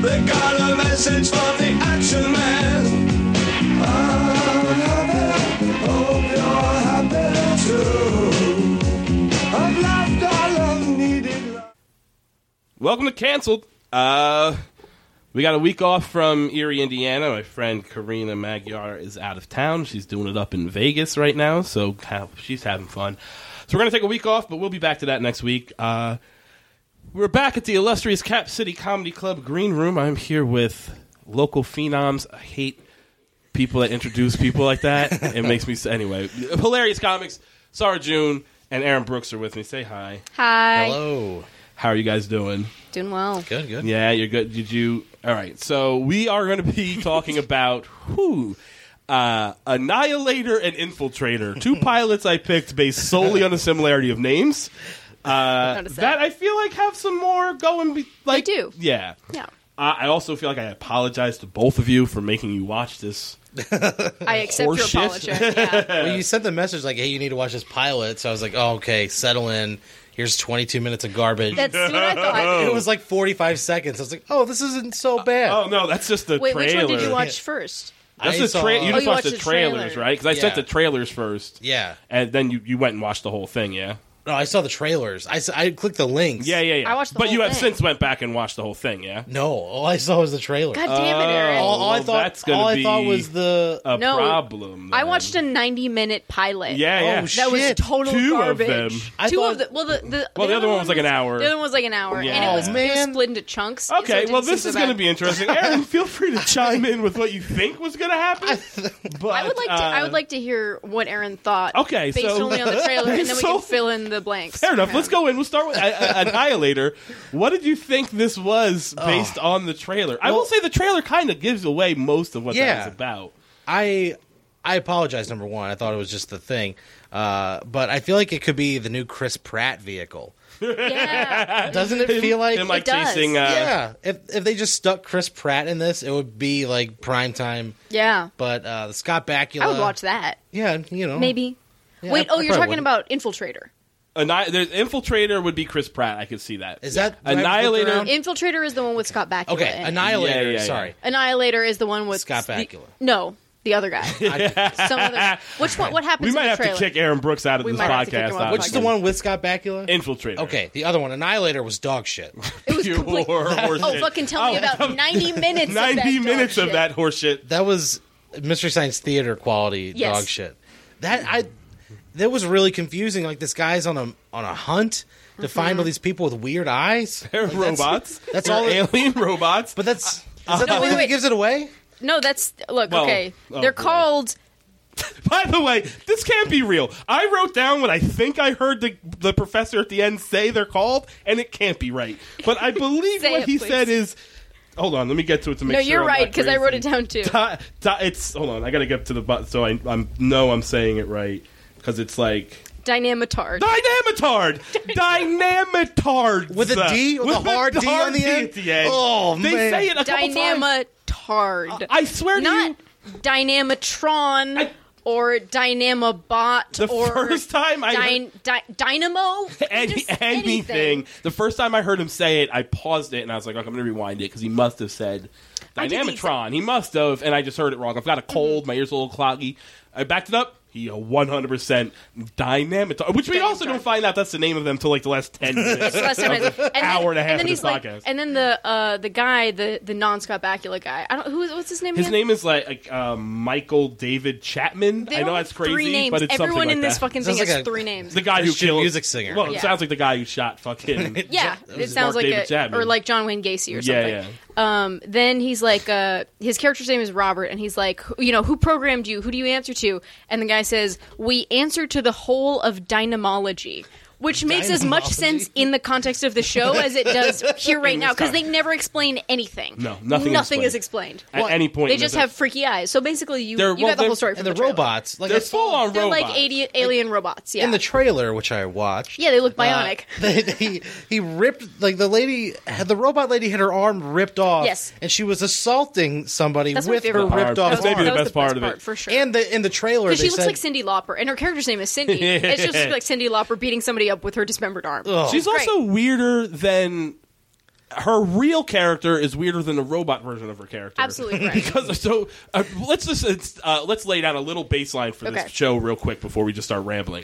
they got a message from the action man. I'm happy, hope you're happy too. I've loved all I've needed. Welcome to Canceled. Uh, we got a week off from Erie, Indiana. My friend Karina Magyar is out of town. She's doing it up in Vegas right now, so ha- she's having fun. So we're going to take a week off, but we'll be back to that next week. Uh, we're back at the illustrious Cap City Comedy Club Green Room. I'm here with local phenoms. I hate people that introduce people like that. It makes me. s- Anyway, hilarious comics. Sarah June and Aaron Brooks are with me. Say hi. Hi. Hello. How are you guys doing? Doing well. Good, good. Yeah, you're good. Did you? All right. So we are going to be talking about who. Uh, Annihilator and Infiltrator, two pilots I picked based solely on the similarity of names. Uh, Notice that. that I feel like have some more going. Be- like, do. Yeah. Yeah. I I also feel like I apologize to both of you for making you watch this. I accept your Horseshit. apology. Yeah. Well, you sent the message like, "Hey, you need to watch this pilot." So I was like, "Oh, okay, settle in. Here's 22 minutes of garbage." That's what I thought. Oh, it was like 45 seconds. I was like, "Oh, this isn't so bad." Oh no, that's just the Wait, trailer. which one did you watch first? That's I the saw- tra- Oh, You just you watched watched the the trailers, trailer. right? Because I sent the Yeah. trailers first, yeah. and then you, you went and watched the whole thing. Yeah. No, I saw the trailers. I, s- I clicked the links. Yeah, yeah, yeah. I watched the but whole you have thing. since went back and watched the whole thing, yeah. No, all I saw was the trailer. God damn it, Aaron. Oh, all, all I Oh, well, thought that's gonna all I thought be was the A No, problem. I then. watched a 90 minute pilot. Yeah, yeah. Oh, sh- That was Shit. total Two of garbage. them. I Two thought- of the well the, the Well, the other one was like an hour. The other one was like an hour, and Yeah. it was, Oh, it was man. split into chunks. so it Okay, didn't well, seem this so is bad. going to be interesting. Aaron, feel free to chime in with what you think was going to happen. But uh, I would like to. I would like to hear what Aaron thought. Okay, based so- only on the trailer, and then we So- can fill in the blanks. Fair enough. Let's go in. We'll start with uh, uh, Annihilator. What did you think this was Oh. based on the trailer? I will Well- say the trailer kind of gives away most of what Yeah. that is about. I I apologize. Number one, I thought it was just the thing, uh, but I feel like it could be the new Chris Pratt vehicle. Yeah, Doesn't it feel like? Him, like It does. chasing. Uh, yeah, if if they just stuck Chris Pratt in this, it would be like prime time. yeah. But uh, the Scott Bakula, I would watch that. Yeah, you Mm. know, Maybe. Yeah, Wait. I- oh, I you're probably talking wouldn't. about Infiltrator. Anni- there's Infiltrator would be Chris Pratt. I could see that. Is that the right Annihilator? look around? Infiltrator is the one with Scott Bakula. Okay, in it. Annihilator. Yeah, yeah, yeah. Sorry, Annihilator is the one with Scott the- Bakula. no, the other guy. I- Some other. Which one? What happens? we might in the have trailer? to kick Aaron Brooks out of We this might have to kick podcast. him off which is the one with Scott Bakula? Infiltrator. okay, the other one, Annihilator, was dog shit. It was Pure complete. horse Oh, shit. fucking tell me Oh, about 90 minutes. 90 of that minutes dog of shit. that horse shit. That was Mystery Science Theater quality Yes. dog shit. That I that was really confusing. Like this guy's on a on a hunt to Mm-hmm. find all these people with weird eyes. They're Like, that's- robots. that's They're all it- alien robots. But that's is that No, the Uh, wait, thing wait. that gives it away? No, that's look. Well, okay, oh, they're boy. called. By the way, this can't be real. I wrote down what I think I heard the, the professor at the end say they're called, and it can't be right. But I believe Say what it, he please. said is. Hold on, let me get to it to make No, sure. you're I'm right not because I wrote it crazy. down too. Di- di- it's hold on. I gotta get to the button so I I'm know I'm saying it right because it's like Dynamitard. dynamitard, dynamitard With a D? With a hard D on the end? at the end. Oh, they man. say it a couple times. Dynamitard. I swear to you, Not Dynamitron I- or Dynamabot The or first time I dyn- dy- Dynamo. any, Just anything. The first time I heard him say it, I paused it and I was like, okay, I'm going to rewind it because he must have said I did the Dynamitron. He must have, and I just heard it wrong. I've got a Mm-hmm. cold, my ears a little cloggy. I backed it up. He 100% Dynamitron, which we also Dynamitron. don't find out that's the name of them till like the last 10 minutes. Last time I- and then- hour and a half then of he's this like- podcast. and then the uh, the guy, the, the non Scott Bakula guy. I don't who is what's his name His again? name is like, like um, Michael David Chapman. They I know all that's have three crazy, names. but it's Everyone something like in that. this fucking thing Sounds has like a- three names. the guy who Christian killed music singer. Well, Yeah. it sounds like the guy who shot fucking. Yeah, That it was sounds Mark like David a Chapman. or like John Wayne Gacy or something. Yeah, yeah. Um, then he's like, uh, his character's name is Robert, and he's like, who- you know, who programmed you? Who do you answer to? And the guy says, we answer to the whole of dynamology. Which makes as much Dynamology? sense in the context of the show as it does here right now because they never explain anything. No, nothing is is explained. At any point, They in just this- have freaky eyes. So basically, you, They're- you well, got the they're- whole story from And the the trailer. robots, like I They're saw full on They're Oh, robots. like alien, alien robots. Yeah, in the trailer, which I watched. yeah, they look bionic. Uh, they- he he ripped like the lady had the robot lady had her arm ripped off. Yes. and she was assaulting somebody That's my with her favorite part. ripped That off was- That's That's maybe arm. the best part of it. for sure. And the in the trailer, Because she they looks said, like Cindy Lauper, and her character's name is Cindy. it's Oh, just like Cindy Lauper beating somebody up with her dismembered arm. Ugh. She's also weirder than her real character is weirder than the robot version of her character. Absolutely correct. because so uh, let's just it's, uh, let's lay down a little baseline for Okay. this show real quick before we just start rambling.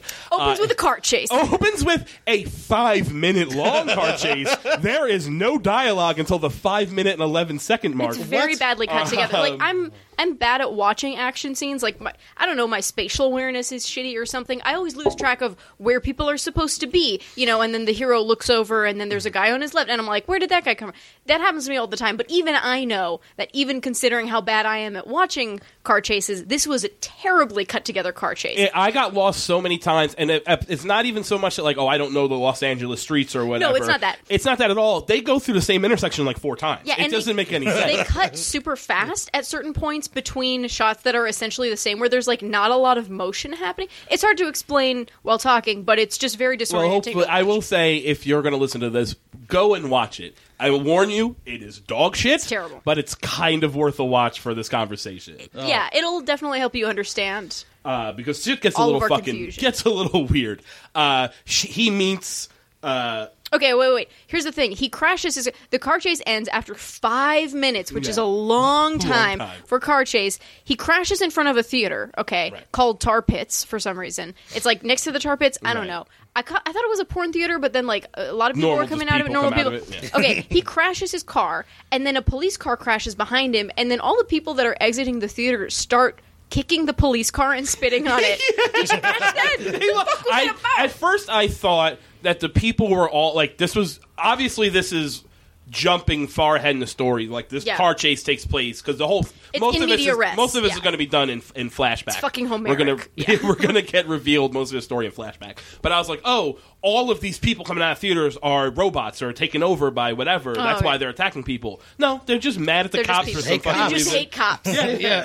Uh, Opens with a cart chase. opens with a five minute long car chase. There is no dialogue until the five minute and eleven second mark. it's very what? badly cut together. Like Um, I'm, I'm bad at watching action scenes. Like my, I don't know, my spatial awareness is shitty or something. I always lose track of where people are supposed to be, you know. And then the hero looks over, and then there's a guy on his left, and I'm like, where did that guy come from? That happens to me all the time. But even I know that even considering how bad I am at watching car chases, this was a terribly cut together car chase. It- I got lost so many times, and it, it's not even so much that like, oh, I don't know the Los Angeles streets or whatever. not that. It's not that at all. They go through the same intersection like four times. Yeah, it and they- doesn't make any they sense. cut super fast at certain points between shots that are essentially the same, where there's like not a lot of motion happening. It's hard to explain while talking, but it's just very well, disorienting. hopefully, I will say if you're going to listen to this, go and watch it. I will warn you, it is dog shit. It's terrible. but it's kind of worth a watch for this conversation Yeah, it'll definitely help you understand. uh, because shit gets a All of little our fucking confusion. gets a little weird. Uh, she, he meets. Uh, Okay, wait, wait. Here's the thing. He crashes his. The car chase ends after five minutes, which is Yeah. a long time, time. for car chase. He crashes in front of a theater, okay, Right. called Tar Pits for some reason. It's like next to the Tar Pits. I don't Right. know. I, ca- I thought it was a porn theater, but then like a lot of people Normal, were coming just out of it. people Normal come out people. of it, okay, he crashes his car, and then a police car crashes behind him, and then all the people that are exiting the theater start kicking the police car and spitting on it. Did you catch that? What the fuck was I, that about? at first, I thought that the people were all like, this was obviously this is jumping far ahead in the story. Like this Yeah. car chase takes place because the whole It's most in of it is media res, most of it is yeah. going to be done in in flashback. It's fucking We're gonna Homeric, yeah. we're gonna get revealed most of the story in flashback. But I was like, oh, all of these people coming out of theaters are robots or taken over by whatever. That's why Oh, right. they're attacking people. No, they're just mad at the They're just cops for people. some Hey, fucking cops. They just reason. hate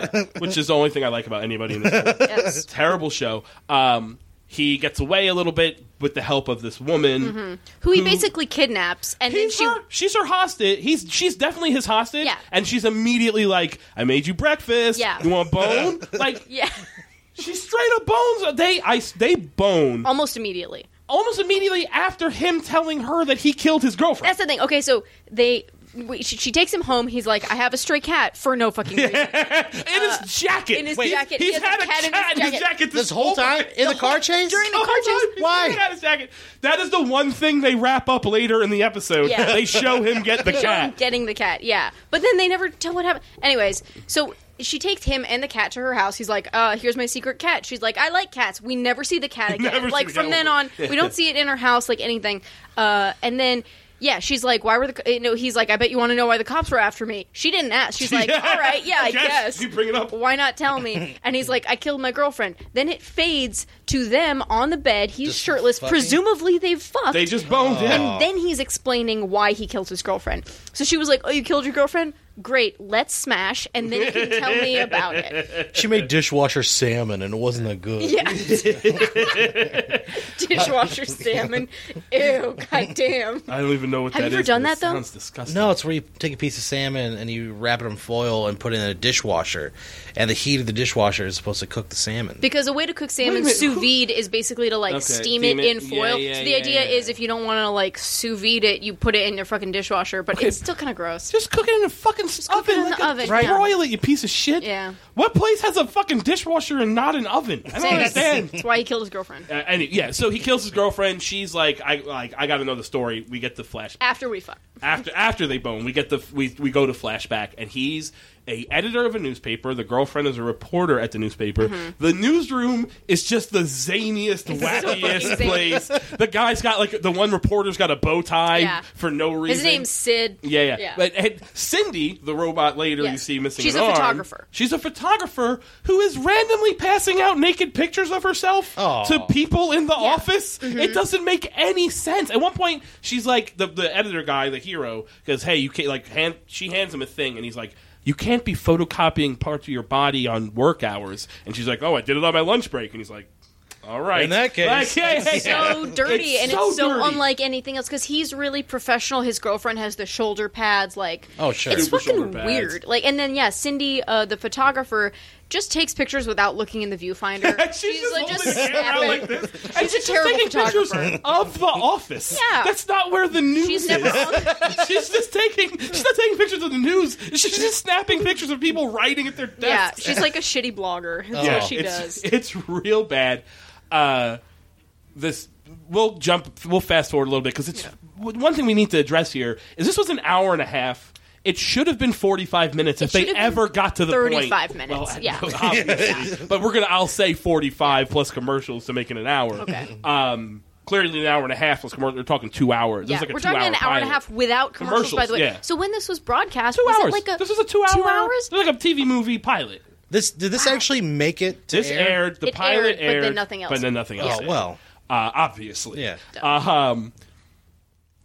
cops. yeah, which is the only thing I like about anybody in this. world Yes. terrible show. Um, he gets away a little bit with the help of this woman. who he basically kidnaps, and Mm-hmm. then He's she. her, she's her hostage. He's she's definitely his hostage. Yeah. and she's immediately like, "I made you breakfast. Yeah. you want bone? like Yeah, she straight up bones. They I they bone almost immediately. almost immediately after him telling her that he killed his girlfriend. That's the thing. Okay, so they. We, she, she takes him home. He's like, I have a stray cat for no fucking reason. in his jacket. uh, in his Wait, jacket. He's He has a had a cat in his in his jacket. jacket This whole time in the car chase. During the Oh car my chase. God, he's Why? got it out of his jacket. That is the one thing they wrap up later in the episode. Yeah. They show him get the They show him cat. getting the cat, yeah. But then they never tell what happened. Anyways, so she takes him and the cat to her house. He's like, uh, here's my secret cat. She's like, I like cats. We never see the cat again. Never see like, the from cat. then on, we don't see it in her house, like anything. Uh, and then. Yeah, she's like, why were the? co- You know, he's like, I bet you want to know why the cops were after me. She didn't ask. She's like, all right, yeah, I guess. You bring it up. why not tell me? And he's like, I killed my girlfriend. Then it fades to them on the bed. He's Just shirtless. fucking- Presumably they've fucked. They just boned him. and then he's explaining why he killed his girlfriend. So she was like, Oh, you killed your girlfriend? Great, let's smash, and then you can tell me about it. She made dishwasher salmon, and it wasn't that good. Yeah. Dishwasher salmon. Ew, goddamn. I don't even know what Have that you is. ever done but that, it though? Sounds disgusting. No, it's where you take a piece of salmon and you wrap it in foil and put it in a dishwasher, and the heat of the dishwasher is supposed to cook the salmon. Because a way to cook salmon minute, sous vide is basically to like Okay, steam, steam it, it. in foil. Yeah, yeah, so the yeah, idea yeah, is yeah. if you don't want to like sous vide it, you put it in your fucking dishwasher, but it's still kind of gross. Just cook it in a fucking cook it oven. in like the a- oven, Right. yeah. Broil it, you piece of shit. Yeah. What place has a fucking dishwasher and not an oven? I don't Saying that's- understand. That's why he killed his girlfriend. Uh, any, yeah, so he kills his girlfriend. She's like, I like, I got to know the story. We get the flash After we fuck. after after they bone. We get the we we go to flashback, and he's a editor of a newspaper. The girlfriend is a reporter at the newspaper. Mm-hmm. The newsroom is just the zaniest, wackiest fucking zany. place. The guy's got like the one reporter's got a bow tie Yeah. for no reason. His name's Sid. Yeah, yeah. Yeah. But and Cindy, the robot later you Yes. see missing She's an a arm, photographer. She's a photographer who is randomly passing out naked pictures of herself Aw. to people in the office. Mm-hmm. It doesn't make any sense. At one point, she's like the the editor guy, the hero, because hey, you can't like hand. She hands him a thing, and he's like. You can't be photocopying parts of your body on work hours. And she's like, "Oh, I did it on my lunch break." And he's like, All right. In that case- Okay. so dirty It's and so it's so dirty. unlike anything else because he's really professional his girlfriend has the shoulder pads like Oh, sure. it's Super fucking shoulder pads. weird like and then yeah cindy uh, the photographer just takes pictures without looking in the viewfinder And she's, just like holding the camera snapping. like this. She's, and She's a she's terrible just taking pictures photographer. of the office. Yeah. that's not where the news she's is. never on she's just taking. She's not taking pictures of the news. She's just snapping pictures of people writing at their yeah desks. she's like a shitty blogger that's Yeah, what she Oh. it's, does It's real bad. Uh, this we'll jump. We'll fast forward a little bit because it's w one thing we need to address here is this was an hour and a half. It should have been forty-five minutes if should they have been ever got to the point. 35 minutes, Well, I yeah. know, obviously. but we're gonna. I'll say forty-five plus commercials to make it an hour. Okay. Um, clearly an hour and a half plus commercials. We're talking two hours. This yeah, is like a we're talking two-hour an hour and a pilot. half without commercials, by the way. Commercials, yeah. So when this was broadcast, Two was hours. it like a this was a two-hour. two hours? Like a TV movie pilot. This did this actually make it? To This air? aired. The It pilot aired, but then nothing else. But then nothing else. Oh well. uh, obviously. Yeah. Uh, um,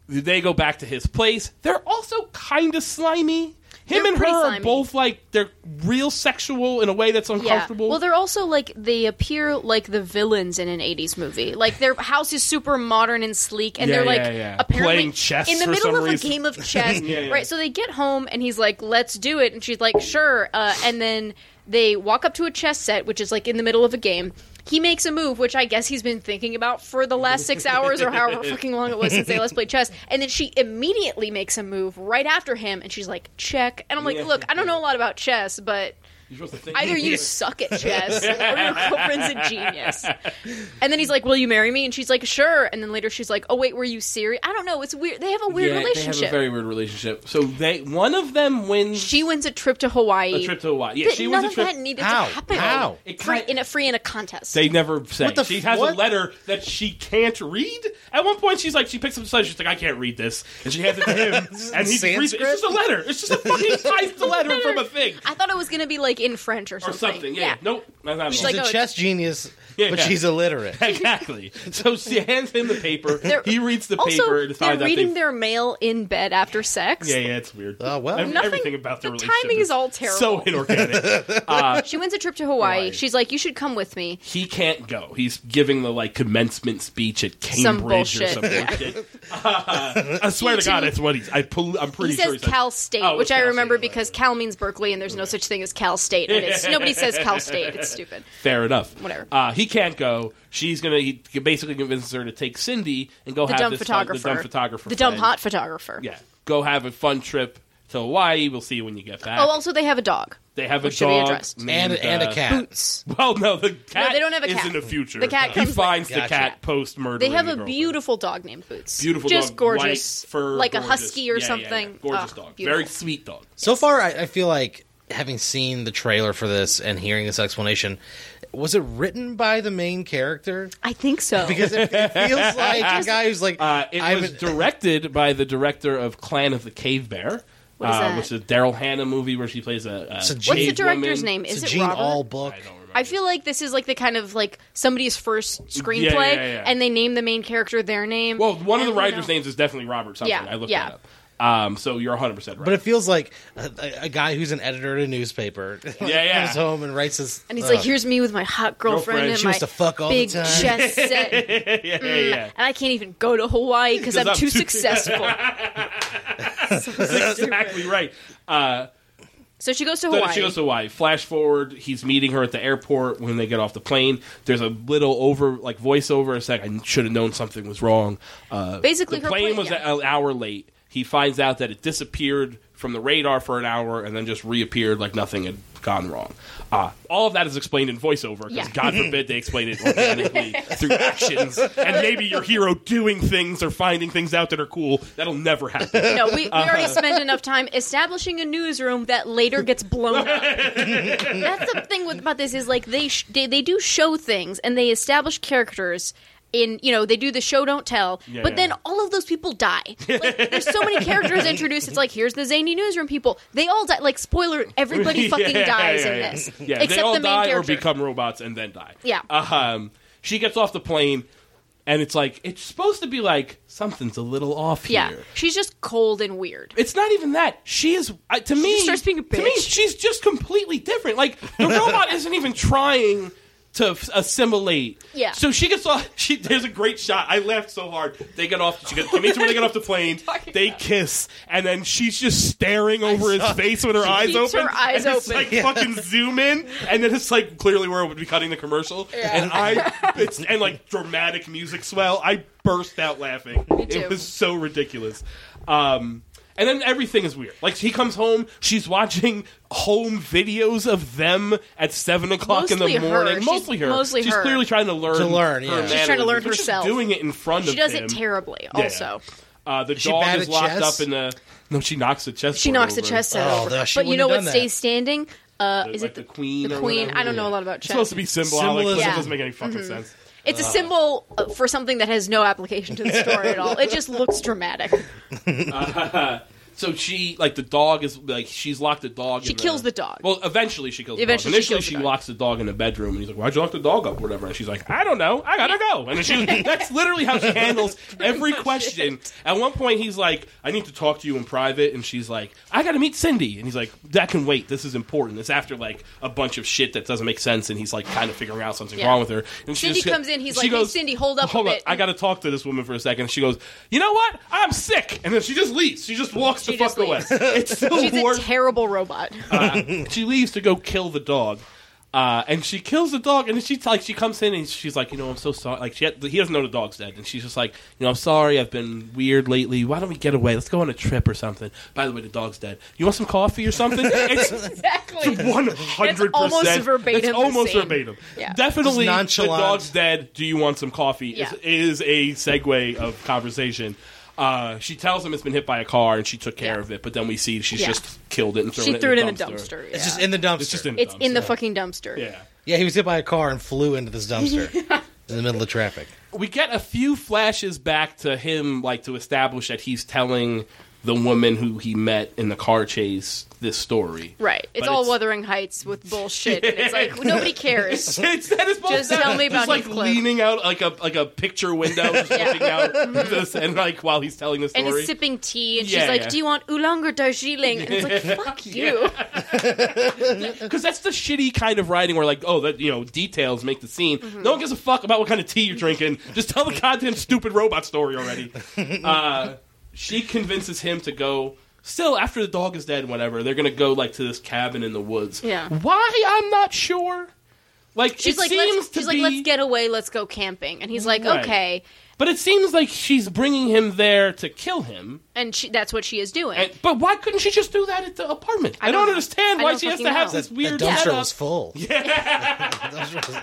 they go back to his place. They're also kind of slimy. Him They're and her pretty are slimy. both like they're real sexual in a way that's uncomfortable. Well, they're also like they appear like the villains in an '80s movie. Like their house is super modern and sleek, and Yeah, they're yeah, like yeah. apparently Playing chess in the for middle some of reason. a game of chess, yeah. right? So they get home, and he's like, "Let's do it," and she's like, "Sure," uh, and then they walk up to a chess set, which is like in the middle of a game. He makes a move, which I guess he's been thinking about for the last six hours or however fucking long it was since they last played chess. And then she immediately makes a move right after him, and she's like, "Check." And I'm like, Yeah. "Look, I don't know a lot about chess, but You're supposed to think- either you suck at chess or your girlfriend's a genius. And then he's like, "Will you marry me?" And she's like, "Sure." And then later she's like, "Oh wait, were you serious?" I don't know. It's weird. They have a weird Yeah, They relationship. have a very weird relationship. So they one of them wins she wins a trip to Hawaii. a trip to Hawaii. Yeah, That she none wins a of trip. that needed How? to happen. How? It Free, kinda- in a free in a contest. They never say. What the she f- has a what? letter that she can't read. At one point, she's like, she picks up the letter. She's like, I can't read this, and she hands it to him, This is and he reads it. Sanskrit? It's just a letter. It's just a fucking typed letter from a thing I thought it was gonna be like in French or or something. something. Yeah. Nope. That's not She's all. like, She's oh, a chess genius, Yeah, but yeah. she's illiterate. Exactly. So she hands him the paper. They're- he reads the Also, paper and they're finds out reading they. their mail in bed after sex. yeah, yeah, it's weird. Oh, well. Ev- Nothing- everything about their the relationship timing is all So terrible. inorganic. She wins a trip to Hawaii. Hawaii. She's like, "You should come with me." he can't go. He's giving the like commencement speech at Cambridge Some or bullshit. some bullshit. Uh, I swear to God, that's what he's. I pull, I'm pretty he sure says he said- Cal State, Oh, it was which I Cal remember State, right. because Cal means Berkeley, and there's no such thing as Cal State. And it's, nobody says Cal State. It's stupid. Fair enough. Whatever. Uh, he can't go. She's gonna. He basically convinces her to take Cindy and go The have dumb this fun- photographer. the dumb photographer. The dumb friend. hot photographer. Yeah. Go have a fun trip to Hawaii. We'll see you when you get back. Oh, also they have a dog. they have a which should be dog addressed. and named, and a uh, cat. Boots. Well, no, the cat they don't have a is cat. in the future. The cat he comes finds later. the Gotcha. cat post murder. They have a beautiful dog named Boots. beautiful, just dog, gorgeous, white fur, like a gorgeous. husky Yeah, or yeah, yeah. something. Gorgeous Ugh, dog, beautiful. very sweet dog. So far, I, I feel like having seen the trailer for this and hearing this explanation, was it written by the main character? I think so. Because it, it feels like a guy who's like, Uh, it I'm was an- directed by the director of Clan of the Cave Bear, What is uh, that? which is a Daryl Hannah movie where she plays a. a It's a cave What's What's the Jade director's woman. name? it's Is a it Gene Robert? Allbook. I don't remember. I feel like this is like the kind of like somebody's first screenplay, yeah, yeah. and they name the main character their name. well, one of the and, you writers' know. names is definitely Robert something. Yeah, I looked yeah. that up. Um, so you're 100 percent right. But it feels like a, a- a guy who's an editor at a newspaper yeah. comes home and writes this. And he's uh, like, "Here's me with my hot Girlfriend. girlfriend, and She my wants to fuck all the big time." chess set, and yeah, yeah, yeah. I can't even go to Hawaii because 'Cause I'm, I'm too too- successful." That's exactly right. Uh, so she goes to So Hawaii. She goes to Hawaii. Flash forward, he's meeting her at the airport when they get off the plane. There's a little over, like voiceover. It's like I should have known something was wrong. Uh, Basically, the her plane plane- was yeah. an hour late. He finds out that it disappeared from the radar for an hour and then just reappeared like nothing had gone wrong. Uh, all of that is explained in voiceover because Yeah. God forbid they explain it organically through actions and maybe your hero doing things or finding things out that are cool. That'll never happen. no, we, we Uh-huh. already spent enough time establishing a newsroom that later gets blown up. That's the thing with, about this is like they, sh- they they do show things and they establish characters. In you know they do the show don't tell, Yeah, but yeah. then all of those people die. Like, there's so many characters introduced. It's like here's the zany newsroom people. They all die. Like spoiler, everybody fucking Yeah, dies yeah, in yeah. this, Yeah, except they all the main die character. or become robots and then die. Yeah. Um, she gets off the plane, and it's like it's supposed to be like something's a little off yeah, here. she's just cold and weird. It's not even that. She is uh, to me. starts being a To me, bitch. she's just completely different. Like the robot isn't even trying to f- assimilate. Yeah. So she gets off. She there's a great shot. I laughed so hard. They get off. She gets, they meet when they get off the plane. talking They kiss, and then she's just staring over his face with her eyes keeps open. her eyes and it's open. like fucking zoom in, and then it's like clearly where it would be cutting the commercial. And I it's, and like dramatic music swell. I burst out laughing. too. It was so ridiculous. Um, and then everything is weird. Like he comes home, she's watching home videos of them at seven o'clock Mostly in the her. morning. She's- mostly her. mostly she's her. clearly trying to learn. To learn, her yeah. She's trying to mannerisms, learn but she's herself. doing it in front of She does him. it terribly. Yeah. Also, Uh, the she dog bad is at locked chess? up in the. No, she knocks the chess. she board knocks the over. chess set Oh, over. no, she but you know what wouldn't have done stays standing? Uh, Like is it the the, queen The or queen. whatever, I don't know yeah. a lot about It's chess. Mm-hmm. supposed to be symbolic, but Symbolism. it doesn't make any fucking sense. It's a symbol uh, for something that has no application to the story at all. It just looks dramatic. So she, like the dog is like she's locked the dog. She in kills the dog. Well, eventually she kills. Eventually the she dog. Initially, kills she, the dog. locks the dog in the bedroom, and he's like, "Why'd you lock the dog up?" Or whatever. And she's like, "I don't know. I gotta go." And then she, that's literally how she handles every question. At one point, he's like, "I need to talk to you in private," and she's like, "I gotta meet Cindy." And he's like, "That can wait. This is important." It's after like a bunch of shit that doesn't make sense, and he's like kind of figuring out something Yeah. wrong with her. And she Cindy just- comes in, he's she like, "Hey, Cindy, hold up a Hold bit." I gotta talk to this woman for a second. She goes, "You know what? I'm sick," and then she just leaves. She just walks She the just fuck away. leaves. It's the She's a worst terrible robot. she leaves to go kill the dog. Uh, and she kills the dog, and then she's like, she comes in and she's like, you know, I'm so sorry. Like, she had, he doesn't know the dog's dead, and she's just like, you know, I'm sorry, I've been weird lately. Why don't we get away? Let's go on a trip or something. By the way, the dog's dead. You want some coffee or something? It's exactly. one hundred percent, almost verbatim It's the almost same. verbatim. Yeah. Definitely, Just the nonchalant. dog's dead. Do you want some coffee? Yeah. Is, is a segue of conversation. Uh, she tells him it's been hit by a car and she took care Yeah. of it, but then we see she's Yeah. just killed it and thrown She it threw it in in the dumpster. It's yeah. just in the dumpster. It's just in. It's in the dumpster. fucking dumpster. Yeah. yeah, he was hit by a car and flew into this dumpster in the middle of traffic. We get a few flashes back to him, like to establish that he's telling the woman who he met in the car chase this story. Right. It's But all it's- Wuthering Heights with bullshit. and it's like nobody cares. It's that is Just tell me just about like Heathcliff. leaning out like a like a picture window, just Yeah. looking out into the sand, like while he's telling the And story. is sipping tea, and Yeah, she's like, yeah. "Do you want oolong or Darjeeling?" And it's like, "Fuck you." because that's the shitty kind of writing where like oh that you know details make the scene Mm-hmm. no one gives a fuck about what kind of tea you're drinking just tell the goddamn stupid robot story already uh, she convinces him to go still after the dog is dead and whatever they're gonna go like to this cabin in the woods Yeah. why i'm not sure like She's it like, seems "Let's." to She's be like, "Let's get away. Let's go camping." And he's like, Right. "Okay." but it seems like she's bringing him there to kill him And she, that's what she is doing. and, but why couldn't she just do that at the apartment i, don't don't, know. understand I why don't she has fucking to have know. this That- weird that dumpster setup. was full.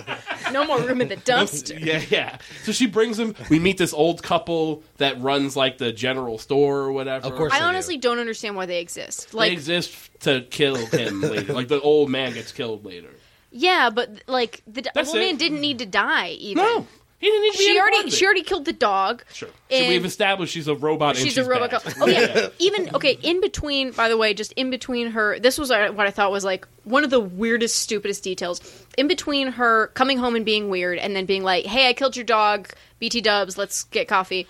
no more room in the dumpster. Yeah, yeah. So she brings him. We meet this old couple that runs like the general store or whatever. Of course. I honestly don't understand why they exist. they Like, exist to kill him later. Like the old man gets killed later. yeah, but like the d- That's woman it. didn't need to die. Even No, he didn't need to be she any already part of it. she already killed the dog. Sure. So and- we've established she's a robot. and She's, she's a robot. bad. Oh yeah. Even okay. In between, by the way, just in between her. This was uh, what I thought was like one of the weirdest, stupidest details. In between her coming home and being weird, and then being like, "Hey, I killed your dog. BT Dubs, let's get coffee."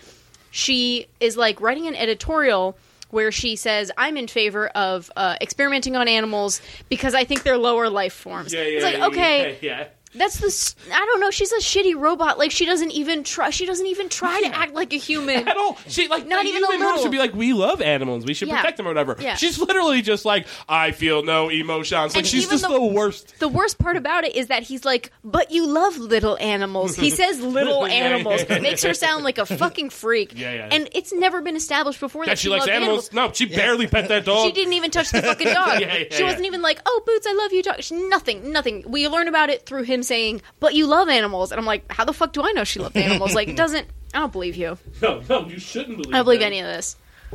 She is like writing an editorial where she says, "I'm in favor of uh, experimenting on animals because I think they're lower life forms." Yeah, yeah, it's like yeah, okay, Yeah, yeah. that's the. s- I don't know. She's a shitty robot. Like she doesn't even try. She doesn't even try to act like a human. At all, she like Not the even a human mother little. should be like, we love animals, we should Yeah. protect them or whatever. Yeah. She's literally just like, I feel no emotions. Like And she's even just the- the worst. The worst part about it is that he's like, but you love little animals. He says little Yeah, animals. yeah, yeah. Makes her sound like a fucking freak. Yeah, yeah. And it's never been established before that, That she likes loved animals. No, she barely pet that dog. She didn't even touch the fucking dog. Yeah, yeah, she yeah. wasn't even like, oh, Boots, I love you, dog. She, nothing, nothing. We learn about it through him saying, but you love animals. And I'm like, how the fuck do I know she loved animals? Like, it doesn't. I don't believe you. No, no, you shouldn't believe. I don't believe that. any of this.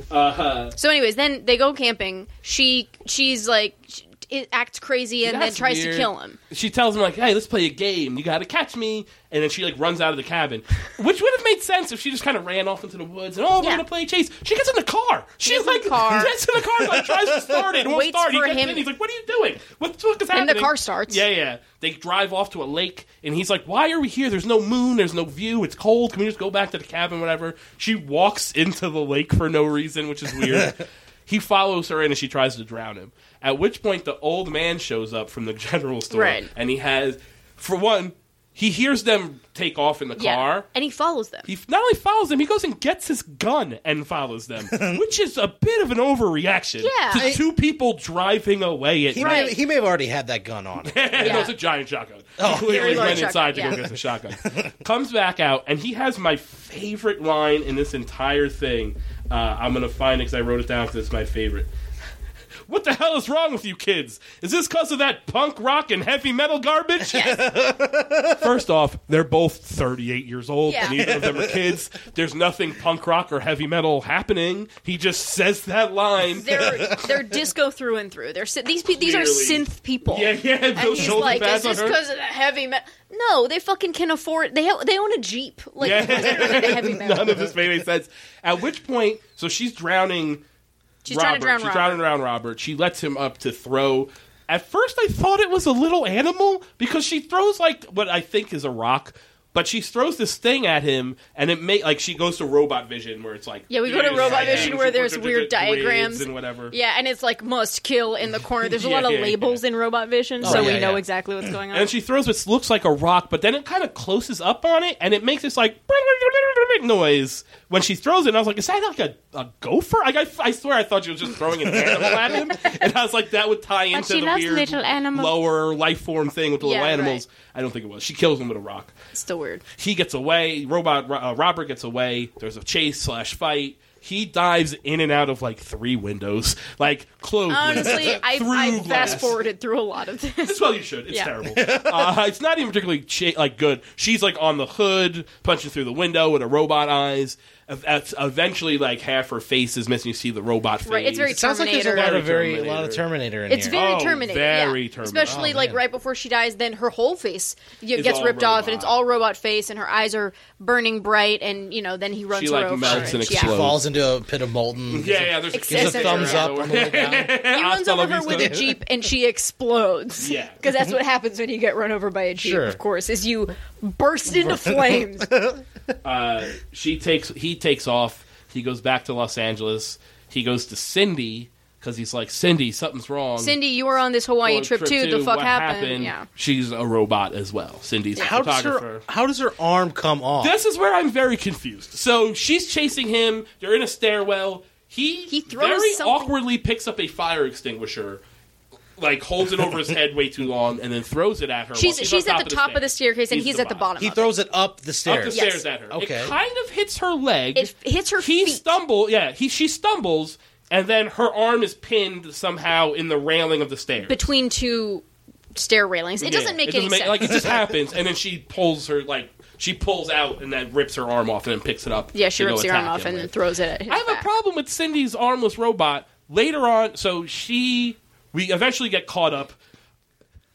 Uh-huh. So, anyways, then they go camping. She, she's like, she, it acts crazy and then That's tries weird. to kill him. She tells him like, "Hey, let's play a game. You got to catch me." And then she like runs out of the cabin, which would have made sense if she just kind of ran off into the woods and oh, we're Yeah. gonna play chase. She gets in the car. She gets in like the car. gets in the car, like tries to start it, and won't Waits start. He for gets him. in. He's like, "What are you doing? What the fuck is the happening?" car starts. Yeah, yeah. They drive off to a lake, and he's like, "Why are we here? There's no moon. There's no view. It's cold. Can we just go back to the cabin? Whatever." She walks into the lake for no reason, which is weird. he follows her in, and she tries to drown him. At which point, the old man shows up from the general store, Right. and he has, for one, He hears them take off in the Yeah. car. And he follows them. He f- not only follows them, he goes and gets his gun and follows them, which is a bit of an overreaction Yeah. to I- two people driving away at He, night. may, Right. he may have already had that gun on him. And Yeah. it's a giant shotgun. Oh, he clearly very large went inside to shotgun, go get the shotgun. Comes back out, and he has my favorite line in this entire thing. Uh, I'm going to find it because I wrote it down because it's my favorite. What the hell is wrong with you kids? Is this because of that punk rock and heavy metal garbage? First off, they're both 38 years old. Yeah. Neither of them are kids. There's nothing punk rock or heavy metal happening. He just says that line. they're they're disco through and through. They're sy- these pe- these are Clearly. synth people. yeah, yeah. And Those he's shoulder like, is pads on this her. because of the heavy metal? No, they fucking can afford. They ha- they own a jeep. Like Yeah. it's not really the heavy metal. None of this made any sense. At which point, so she's drowning She's Robert. trying to drown she's Robert. drowning around Robert. She lets him up to throw. At first, I thought it was a little animal because she throws like what I think is a rock. But she throws this thing at him, and it may like she goes to robot vision where it's like Yeah, we go to these robot things vision where there's with weird diagrams. and whatever. Yeah, and it's like must kill in the corner. There's a Yeah, lot of yeah, Oh, labels in Robot Vision, so yeah, we know yeah. exactly what's going on. And she throws what looks like a rock, but then it kind of closes up on it, and it makes this like noise when she throws it. And I was like, "Is that like a, a gopher?" Like, I, I swear, I thought she was just throwing an animal at him, and I was like, "That would tie into she the loves weird little animals. lower life form thing with the little Yeah, animals." I don't think it was. She kills him with a rock. it's still weird. He gets away. Robot uh, Robert gets away. There's a chase slash fight. He dives in and out of like three windows, like closed. windows. Honestly, I, Through I glass. fast forwarded through a lot of this. As well, you should. It's Yeah. terrible. Uh, it's not even particularly cha- like good. She's like on the hood, punching through the window with her robot eyes. Ev- ev- Eventually, like half her face is missing. You see the robot face. Right, it's very It sounds like there's a lot Terminator. of very a lot of Terminator in It's here. very Oh, Terminator. very yeah. Terminator. Especially Oh, like man. right before she dies, then her whole face you know, Is gets all ripped off, and it's robot. all robot face, and her eyes are burning bright, and you know, then he runs She, her like, over. melts and Yeah. She explodes. falls into a pit of molten. yeah, yeah. There's Gives a there's thumbs up. around. He runs Hasta la over her vista. with a jeep, and she explodes. Yeah. because that's what happens when you get run over by a jeep. Sure. Of course, is you burst into flames. she takes he takes off. He goes back to Los Angeles. He goes to Cindy because he's like Cindy, something's wrong. Cindy, you were on this Hawaii Well, trip, too. The fuck what happened? Yeah. She's a robot as well. Cindy's a How does photographer. her how does her arm come off? This is where I'm very confused. So she's chasing him. They're in a stairwell. He He throws very something- awkwardly picks up a fire extinguisher, like holds it over his head way too long, and then throws it at her. while She's she's on at the top of the staircase, and he's, at the bottom. he of it. throws it up Up the the stairs. stairs Yes. at her. Okay. It kind of hits her leg. It hits her He feet. stumble. Yeah. He she stumbles, and then her arm is pinned somehow in the railing of the stairs. between two stair railings. It Yeah, doesn't make any sense. Like it just happens, and then she pulls her like she pulls out and then rips her arm off and then picks it up. yeah, she to go rips the arm attack off him and then with. throws it at his I have back. a problem with Cindy's armless robot. Later on, so she we eventually get caught up.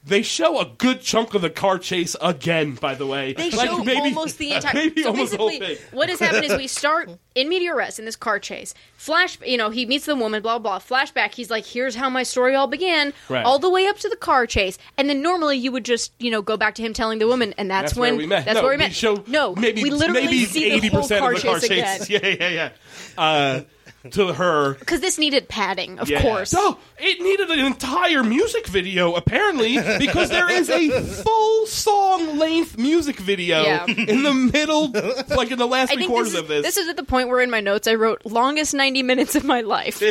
They show a good chunk of the car chase again. By the way, They Like, show almost the entire. maybe so almost the whole basically, thing. what has happened is we start in Meteor Rest in this car chase. Flash, you know, he meets the woman, blah blah. Flashback, he's like, "Here's how my story all began," Right. all the way up to the car chase. And then normally you would just, you know, go back to him telling the woman, and that's, That's when where we met. That's no, where we we met. Show, no, maybe we literally maybe see the 80% whole car, of the car chase again. chases. Yeah, yeah, yeah. Uh, to her, Because this needed padding, of course. No, it needed an entire music video, apparently, because there is a full song length music video Yeah. in the middle, like in the last I three think quarters this is, of this. is at the point where in my notes I wrote longest ninety minutes of my life.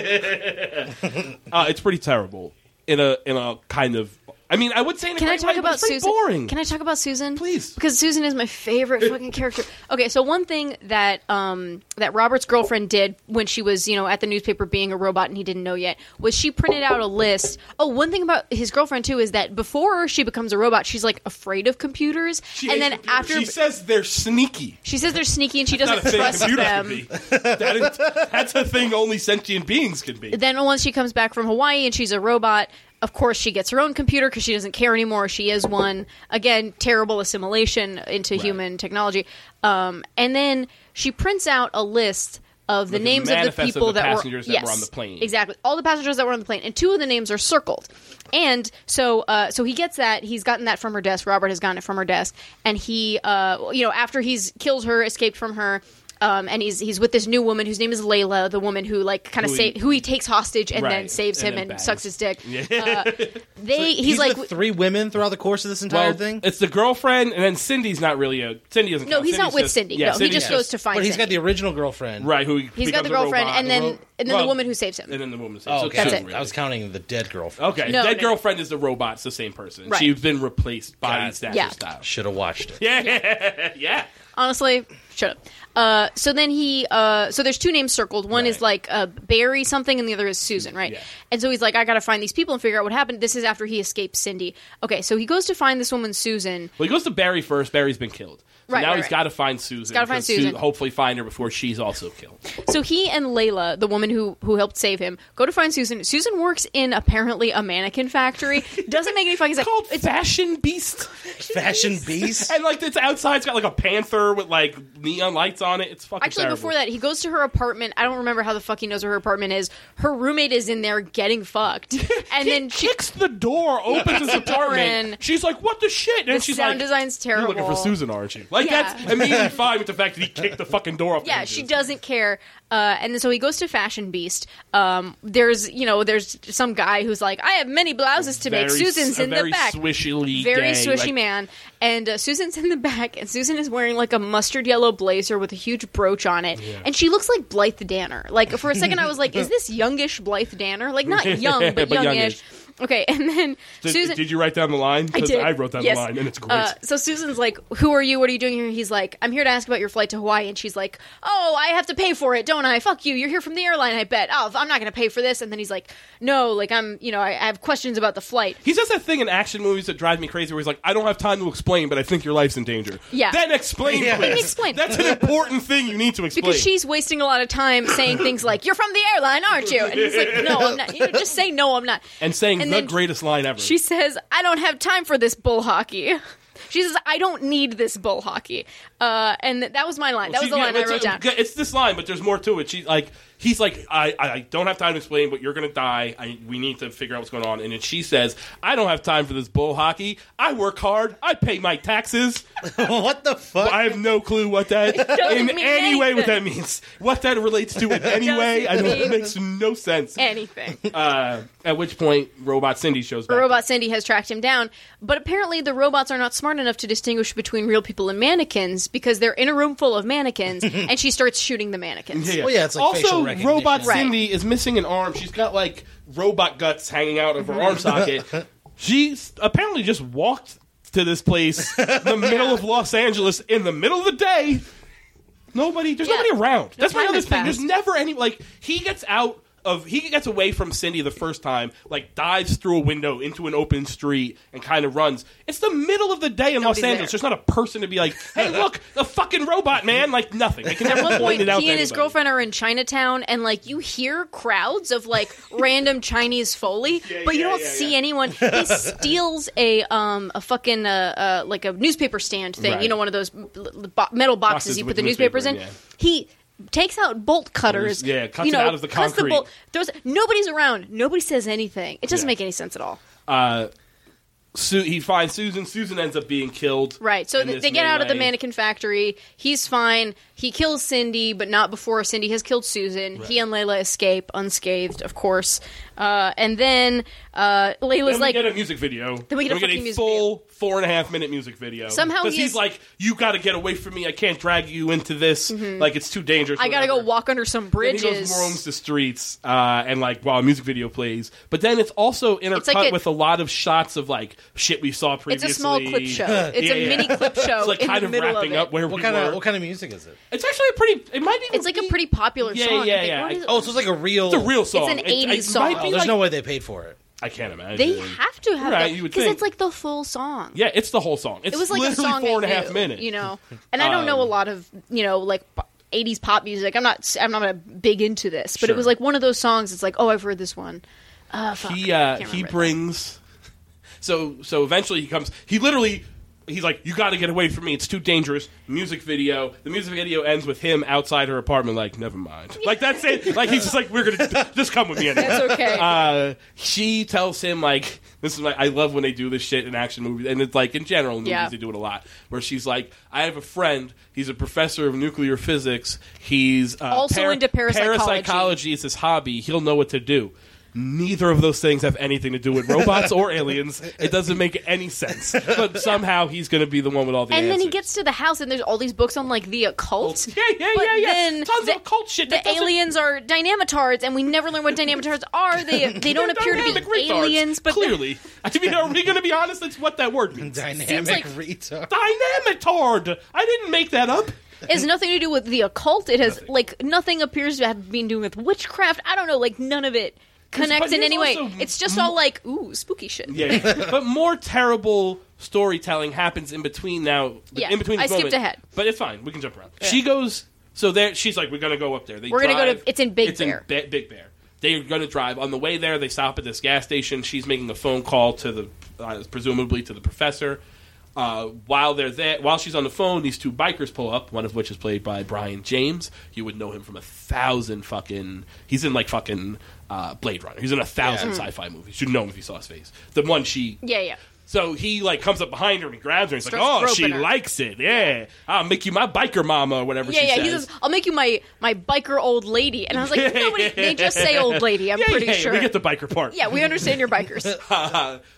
uh, it's pretty terrible. In a in a kind of, I mean, I would say in a Can I great talk way, but about it's pretty Susan? Boring. Can I talk about Susan? Please. Because Susan is my favorite fucking character. Okay, so one thing that um that Robert's girlfriend did when she was, you know, at the newspaper being a robot and he didn't know yet was she printed out a list. Oh, one thing about his girlfriend too is that before she becomes a robot, she's like afraid of computers. She and hates then computers. after she says they're sneaky. she says they're sneaky and she Not a doesn't thing trust computers them. can be. That is, that's a thing only sentient beings can be. then once she comes back from Hawaii and she's a robot, of course she gets her own computer because she doesn't care anymore. She is one. Again, terrible assimilation into human technology. Um, and then she prints out a list of the the names of the manifest of people the that, passengers were, that were yes, on the plane. Exactly, all the passengers that were on the plane, and two of the names are circled. And so, uh, so he gets that. He's gotten that from her desk. Robert has gotten it from her desk, and he, uh, you know, after he's killed her, escaped from her. um, and he's he's with this new woman whose name is Layla, the woman who like kind of Who who, he- who he takes hostage and then Right, saves and him then and bangs. sucks his dick. Uh, they he's, he's like with three women throughout the course of this entire Well, thing. it's the girlfriend, and then Cindy's not really a Cindy doesn't. No, count. he's not Cindy's with just- Cindy. Yeah, No, he Cindy's just goes to find. But he's got Cindy. the original girlfriend. right. Who he He's got the girlfriend, and then and then the woman who saves him. and then the woman who saves Oh, so okay. That's two, it. really. I was counting the dead girlfriend. Okay, No, that no. girlfriend is the robot. It's the same person. Right. She's been replaced by Got it. stature Yeah. style. Should have watched it. Yeah, yeah. Honestly, shut up. Uh, so then he, uh, so there's two names circled. One is Right. like uh, Barry something, and the other is Susan, right? Yeah. And so he's like, I got to find these people and figure out what happened. This is after he escaped Cindy. Okay, so he goes to find this woman, Susan. Well, he goes to Barry first. Barry's been killed. So Right, now right, he's right. got to find Susan. gotta find because Su- Susan. hopefully, find her before she's also killed. So he and Layla, the woman who who helped save him, go to find Susan. Susan works in apparently a mannequin factory. Doesn't make any fucking sense. Called Fashion Beast, Fashion Beast. and like it's outside. It's got like a panther with like neon lights on it. It's fucking Actually, terrible. before that, he goes to her apartment. I don't remember how the fuck he knows where her apartment is. Her roommate is in there getting fucked, and then she kicks the door, opens his Lauren. apartment. She's like, "What the shit?" And The she's sound like, design's "You're looking for terrible." Susan, aren't you?" Like Yeah. that's immediately fine with the fact that he kicked the fucking door off. the yeah hinges. she doesn't care uh, and then so he goes to fashion beast um, there's you know there's some guy who's like i have many blouses to make Very susan's s- a in very the back swishily very gay, swishy like, man and uh, susan's in the back and susan is wearing like a mustard yellow blazer with a huge brooch on it and she looks like blythe danner like for a second i was like is this youngish blythe danner like not young but, But youngish. youngish. okay and then Did, susan did you write down the line? I 'Cause did. I wrote down Yes. the line, and it's great. Uh, so Susan's like, "Who are you? What are you doing here?" He's like, "I'm here to ask about your flight to Hawaii." And she's like, "Oh, I have to pay for it, don't I? Fuck you. You're here from the airline, I bet. Oh, I'm not going to pay for this." And then he's like, "No, like I'm, you know, I, I have questions about the flight." He says that thing in action movies that drives me crazy where he's like, I don't have time to explain, but I think your life's in danger. Yeah. Then explain, Yeah. please. Explain. That's an important thing you need to explain. Because she's wasting a lot of time saying things like, "You're from the airline, aren't you?" And he's like, "No, I'm not. You know, just say no, I'm not." and saying and the then greatest line ever. She says, I don't have time for this bull hockey. She says, I don't need this bull hockey. Uh, and th- that was my line. That was She- the yeah, line I it's- wrote down. It's this line, but there's more to it. She like he's like I, I I don't have time to explain, but you're gonna die. I, we need to figure out what's going on. And then she says, I don't have time for this bull hockey. I work hard. I pay my taxes. what the fuck? I have no clue what that doesn't in mean any way what that anything. means. What that relates to in any doesn't way. I don't. It mean makes no sense. Anything. Uh, at which point, Robot Cindy shows back. Robot Cindy has tracked him down, but apparently the robots are not smart enough to distinguish between real people and mannequins because they're in a room full of mannequins and she starts shooting the mannequins. Well, yeah, it's like facial also recognition. Robot Right. Cindy is missing an arm. She's got like robot guts hanging out of her arm Mm-hmm. socket. She's apparently just walked to this place, the middle of Los Angeles, in the middle of the day. Nobody, there's Yeah. nobody around. That's my time other has thing. There's passed. never any like he gets out. Of, he gets away from Cindy the first time, like dives through a window into an open street and kind of runs. It's the middle of the day in Nobody's Los Angeles. there. There's not a person to be like, "Hey, look, the fucking robot man!" Like nothing. They can never At one point, point he it out to and his anybody. girlfriend are in Chinatown, and like you hear crowds of like random Chinese foley, but you yeah, don't yeah, see yeah. anyone. He steals a um a fucking uh, uh like a newspaper stand thing, Right. you know, one of those b- bo- metal boxes, Boxes you with put the newspaper newspapers in. in, yeah. He takes out bolt cutters, Yeah, cuts you it know, out of the cuts concrete. bolt- throws- nobody's around. Nobody says anything. It Yeah. doesn't make any sense at all. Su- he finds Susan. Susan ends up being killed. Right. So in th- this they get out of the melee. mannequin factory. He's fine. He kills Cindy, but not before Cindy has killed Susan. He and Layla escape unscathed, of course. Uh, and then uh, Layla's Then we like, get a music video. Then we get a a, fucking music full four and a half minute music video. Somehow because he he's is- like, "You got to get away from me. I can't drag you into this. Like it's too dangerous." Mm-hmm. I gotta go whatever." walk under some And he bridges. goes roams the streets, uh, and like while a music video plays, but then it's also intercut It's like a- with a lot of shots of like shit we saw it's previously. a small clip show. It's Yeah, a yeah. mini clip show It's like in kind the of middle wrapping of it. up where what we kind were. of what kind of music is it? It's actually a pretty. It might even. It's like a be- pretty popular Yeah, song. yeah, I think. yeah. What is- Oh, so it's like a real. It's a real song. an It- it 80s might be Oh, song. there's like- no way they paid for it. I can't imagine. they have to have Right, that you would because think. it's like the full song. Yeah, it's the whole song. It's It was like literally a song four I and a half knew, minutes. Um, You know, and I don't know a lot of you know like. po- 80s pop music. I'm not. I'm not big into this, but Sure. it was like one of those songs. It's like, oh, I've heard this one. he uh, can't he remember it. brings so so eventually he comes he literally he's like, "You got to get away from me. It's too dangerous." Music video. The music video ends with him outside her apartment. Like, never mind. Like that's it. Like he's just like, "We're gonna just come with me." Anyway. That's okay. Uh, she tells him like, "This is my. I love when they do this shit in action movies, and it's like in general in movies Yeah. they do it a lot." Where she's like, "I have a friend. He's a professor of nuclear physics. He's uh, Also into parapsychology. Parapsychology is his hobby. He'll know what to do." Neither of those things have anything to do with robots or aliens. It doesn't make any sense. But somehow he's going to be the one with all the and then he answers. gets to the house, and there's all these books on like the occult. Yeah, yeah, But yeah, yeah. Then Tons the, of occult shit. The that doesn't- aliens are dynamitards, and we never learn what dynamitards are. They they don't They're appear to dynamic be retards, aliens, but clearly, I mean, are we going to be honest? That's what that word means. Dynamic like- retard. Dynamitard. I didn't make that up. it has nothing to do with the occult. It has like nothing appears to have been doing with witchcraft. I don't know, like none of it connects but in any way. here's also- It's just all like ooh, spooky shit. Yeah, but more terrible storytelling happens in between now. Yeah, in between. I this skipped moment. ahead. but it's fine. We can jump around. She goes. So there, she's like, "We're gonna go up there. They We're gonna go to- drive- it's in Big it's Bear. Ba- Big Bear. They're gonna drive on the way there. They stop at this gas station. She's making a phone call to the, uh, presumably to the professor. Uh, while they're there, while she's on the phone, these two bikers pull up. One of which is played by Brian James. You would know him from a thousand fucking. He's in like fucking uh, Blade Runner. He's in a thousand sci-fi movies. You'd know him if you saw his face. The one she Yeah, yeah. so he like comes up behind her and he grabs her. And he's Starts like, "Oh, she groping her." likes it. Yeah, I'll make you my biker mama or whatever." Yeah, she yeah. says. He says, "I'll make you my my biker old lady," and I was like, "Nobody." they just say old lady. I'm yeah, pretty yeah, yeah, sure. we get the biker part. yeah, we understand your bikers.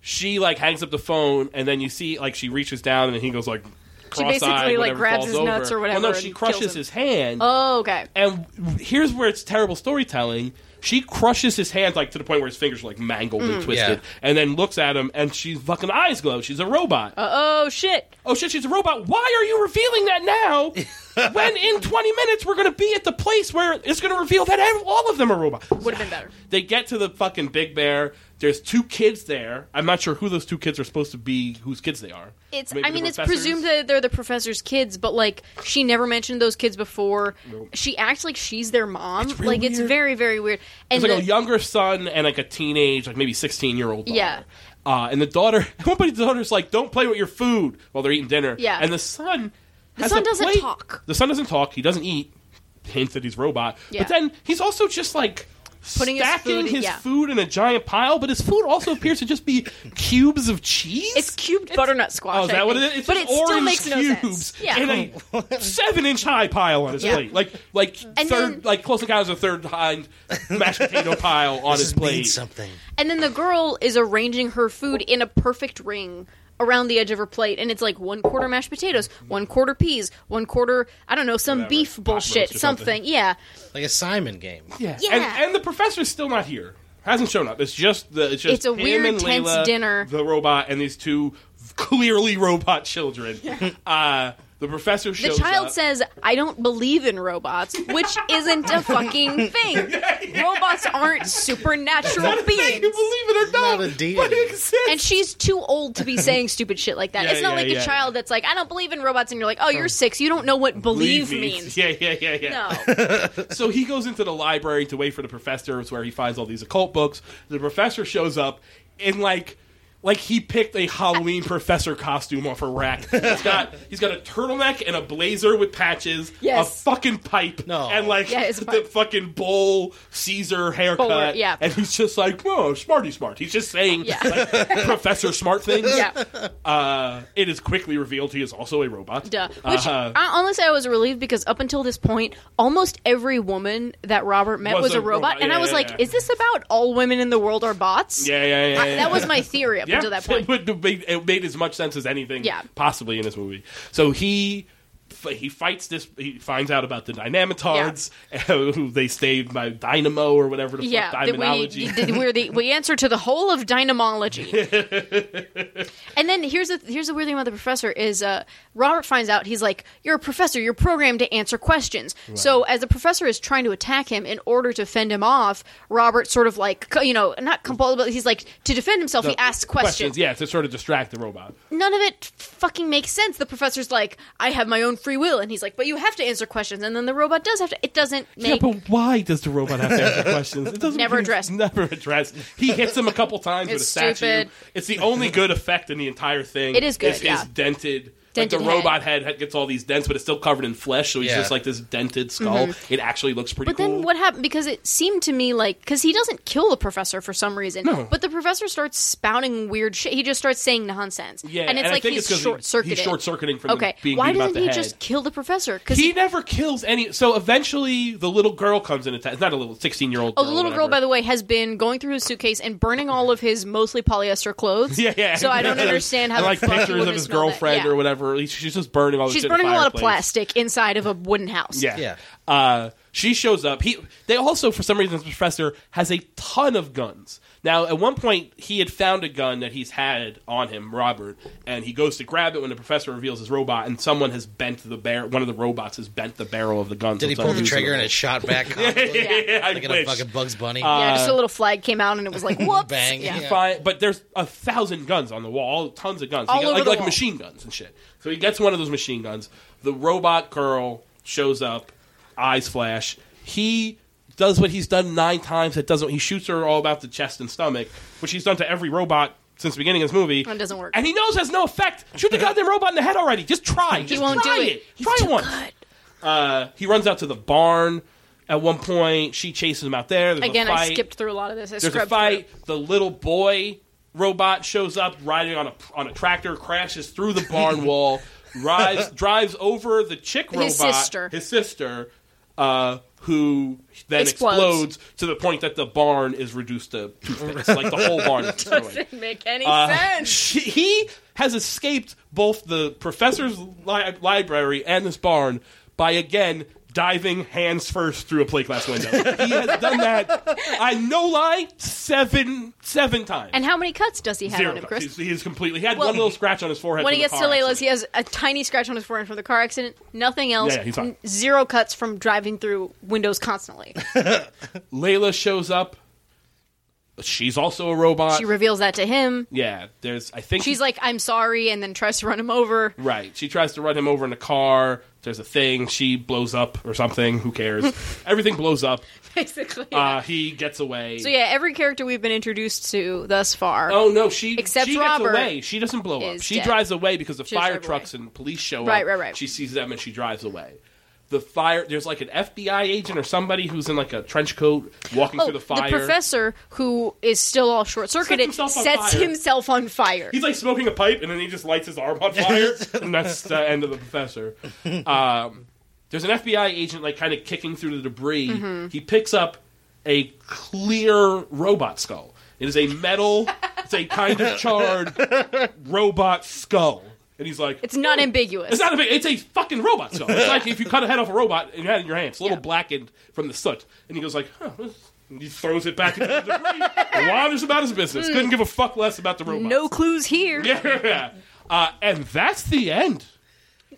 she like hangs up the phone and then you see like she reaches down and he goes like cross-eyed, basically, like, whatever, grabs falls his over. nuts or whatever Well, no, and she kills crushes him. his hand. oh, okay. And here's where it's terrible storytelling. She crushes his hand like to the point where his fingers are like mangled and Mm. twisted, Yeah. and then looks at him and she's fucking eyes glow. She's a robot. Oh shit. oh shit, she's a robot. Why are you revealing that now? when in 20 minutes we're going to be at the place where it's going to reveal that ev- all of them are robots. Would have been better. They get to the fucking Big Bear. There's two kids there. I'm not sure who those two kids are supposed to be, whose kids they are. It's. Maybe I the mean, it's professors? presumed that they're the professor's kids, but like she never mentioned those kids before. She acts like she's their mom. real like it's weird. very, very weird. And It's like a the- younger son and like a teenage, like maybe 16 year old. Yeah. Uh, and the daughter, one point the daughter's like, "Don't play with your food" while they're eating dinner. Yeah. And the son, the son doesn't talk. The son doesn't talk. He doesn't eat. Hints that he's robot. Yeah. But then he's also just like. Putting his stacking food- yeah. food in a giant pile, but his food also appears to just be cubes of cheese. it's cubed butternut squash. Oh, is I that what it think. is? It's but just it still orange makes no cubes sense. Yeah. in a seven-inch high pile on his Yeah. plate, like like third, And then- like close encounters of the third kind mashed potato pile on his This plate. means something. and then the girl is arranging her food in a perfect ring around the edge of her plate and it's like one quarter mashed potatoes one quarter peas one quarter i don't know some Whatever. beef Cockroach bullshit or something. something. yeah Like a Simon game. Yeah, Yeah. And, and the professor's still not here. Hasn't shown up. It's just the it's just It's a him weird, and tense Layla, dinner. The robot and these two clearly robot children. Uh, the professor the shows child up. says i don't believe in robots which isn't a fucking thing robots aren't supernatural Not a thing, beings you believe it or not, Not a deity. but it exists. and she's too old to be saying stupid shit like that. Yeah, it's not yeah, like yeah. a child that's like, I don't believe in robots, and you're like, oh, you're six, you don't know what believe, means. Yeah, yeah, yeah, yeah. No, so he goes into the library to wait for the professor. It's where he finds all these occult books. The professor shows up in like like he picked a Halloween professor costume off a rack. He's got he's got a turtleneck and a blazer with patches, Yes. a fucking pipe, No. and like Yeah, it's a the pipe. fucking bowl Caesar haircut. Bowler, yeah. And he's just like, whoa, smarty smart. He's just saying Yeah. like, professor smart things. yeah, Uh, it is quickly revealed he is also a robot. duh. Which Uh-huh. I, honestly, I was relieved because up until this point, almost every woman that Robert met was, a, robot, and yeah, I was yeah, like, yeah. is this about all women in the world are bots? yeah, yeah, yeah, I- yeah. that was my theory up until that point. It, would- it made, it made as much sense as anything Yeah. possibly in this movie. So he f- he fights this. He finds out about the Dynamitards, who they saved by Dynamo or whatever the Yeah, fuck that Dynamonology. we, that we're the we answer to the whole of dynamology. and then here's the here's the weird thing about the professor is uh, Robert finds out he's like you're a professor, you're programmed to answer questions. So as the professor is trying to attack him in order to fend him off, Robert sort of like co- you know not compulsive, but he's like to defend himself, he asks questions. Yeah, to sort of distract the robot. None of it fucking makes sense. The professor's like, I have my own free will, and he's like, but you have to answer questions, and then the robot does have to. It doesn't Yeah, make. but why does the robot have to answer questions? It doesn't Never it's addressed. Never addressed. He hits him a couple times with a It's statue. stupid. It's the only good effect in the entire thing. It is good, Is his yeah. dented. Dented like the head. robot head. ha- gets all these dents, but it's still covered in flesh, so he's Yeah. just like this dented skull. It actually looks pretty Mm-hmm. But cool. then what happened? Because it seemed to me like because he doesn't kill the professor for some reason. No. But the professor starts spouting weird shit. He just starts saying nonsense. yeah, and it's I like think he's 'cause he- short circuited. He's short circuiting from Okay, the, being why beat about doesn't the he head. just kill the professor? Because he never kills any. So eventually, the little girl comes in. Attack. It's not a little sixteen-year-old. Oh, the little girl, by the way, has been going through his suitcase and burning all of his mostly polyester clothes. Yeah, yeah. So I don't understand how and, the like fuck he pictures of wouldn't his smell that. girlfriend Yeah. or whatever. He's- She's just burning all. this She's shit in the burning a lot of fireplace. plastic inside of a wooden house. Yeah. Yeah. Uh, she shows up. He they also for some reason the professor has a ton of guns. Now at one point he had found a gun that he's had on him, Robert, and he goes to grab it when the professor reveals his robot and someone has bent the bar one of the robots has bent the barrel of the gun. so Did he it's pull the unusable. trigger and it shot back? comically? yeah, I Like in a wish. fucking Bugs Bunny. Yeah, Uh, just a little flag came out and it was like, whoops. Bang. Yeah. Yeah. Fine, but there's a thousand guns on the wall, tons of guns, He All got- over like the like wall. machine guns and shit. So he gets one of those machine guns. The robot girl shows up, eyes flash. He does what he's done nine times. It doesn't. He shoots her all about the chest and stomach, which he's done to every robot since the beginning of this movie. That doesn't work. And he knows it has no effect. Shoot the goddamn robot in the head already. Just try. He Just won't try do it. it. He's Try too it once. good. Uh, he runs out to the barn. At one point, she chases him out there. There's a Again, I fight. skipped through a lot of this. I There's a scrubbed fight. The little boy robot shows up riding on a on a tractor, crashes through the barn wall, rides, drives over the chick robot, His sister. his sister, uh, who then Explodes. explodes. to the point that the barn is reduced to toothpicks. like the whole barn is through it. destroyed. Doesn't make any Uh, sense. she- he has escaped both the professor's li- library and this barn by again diving hands first through a plate glass window. he has done that. I no lie seven seven times. And how many cuts does he have Zero on him, times. Chris? He's, he's completely. He had Well, one little scratch on his forehead. when from he the gets car to Layla's, he accident. has a tiny scratch on his forehead from the car accident. Nothing else. Yeah, he's fine. N- Zero cuts from driving through windows constantly. Layla shows up. She's also a robot. she reveals that to him. yeah, there's. I think She's like, "I'm sorry," and then tries to run him over. Right. She tries to run him over in a car. There's a thing. She blows up or something. Who cares? Everything blows up. Basically. Uh, he gets away. so yeah, every character we've been introduced to thus far. Oh no, she Except she Robert gets away. She doesn't blow up. is She dead. drives away because the She fire drives trucks and police show Right, up. right, right. She sees them and she drives away. The fire. There's like an FBI agent or somebody who's in like a trench coat walking Oh, through the fire. professor who is still all short Sets circuited himself on sets fire. himself on fire. He's like smoking a pipe and then he just lights his arm on fire, and that's the end of the professor. Um, there's an FBI agent like kind of kicking through the debris. Mm-hmm. He picks up a clear robot skull. It is a metal. it's a kind of charred robot skull, and he's like, It's not ambiguous. it's not a big. It's a fucking robot skull. It's like if you cut a head off a robot and you had it in your hand. It's a little Yeah. blackened from the soot. And he goes like, huh. this- And he throws it back into the debris. and wanders about his business. Couldn't give a fuck less about the robot. no clues here. Yeah. Uh, and that's the end.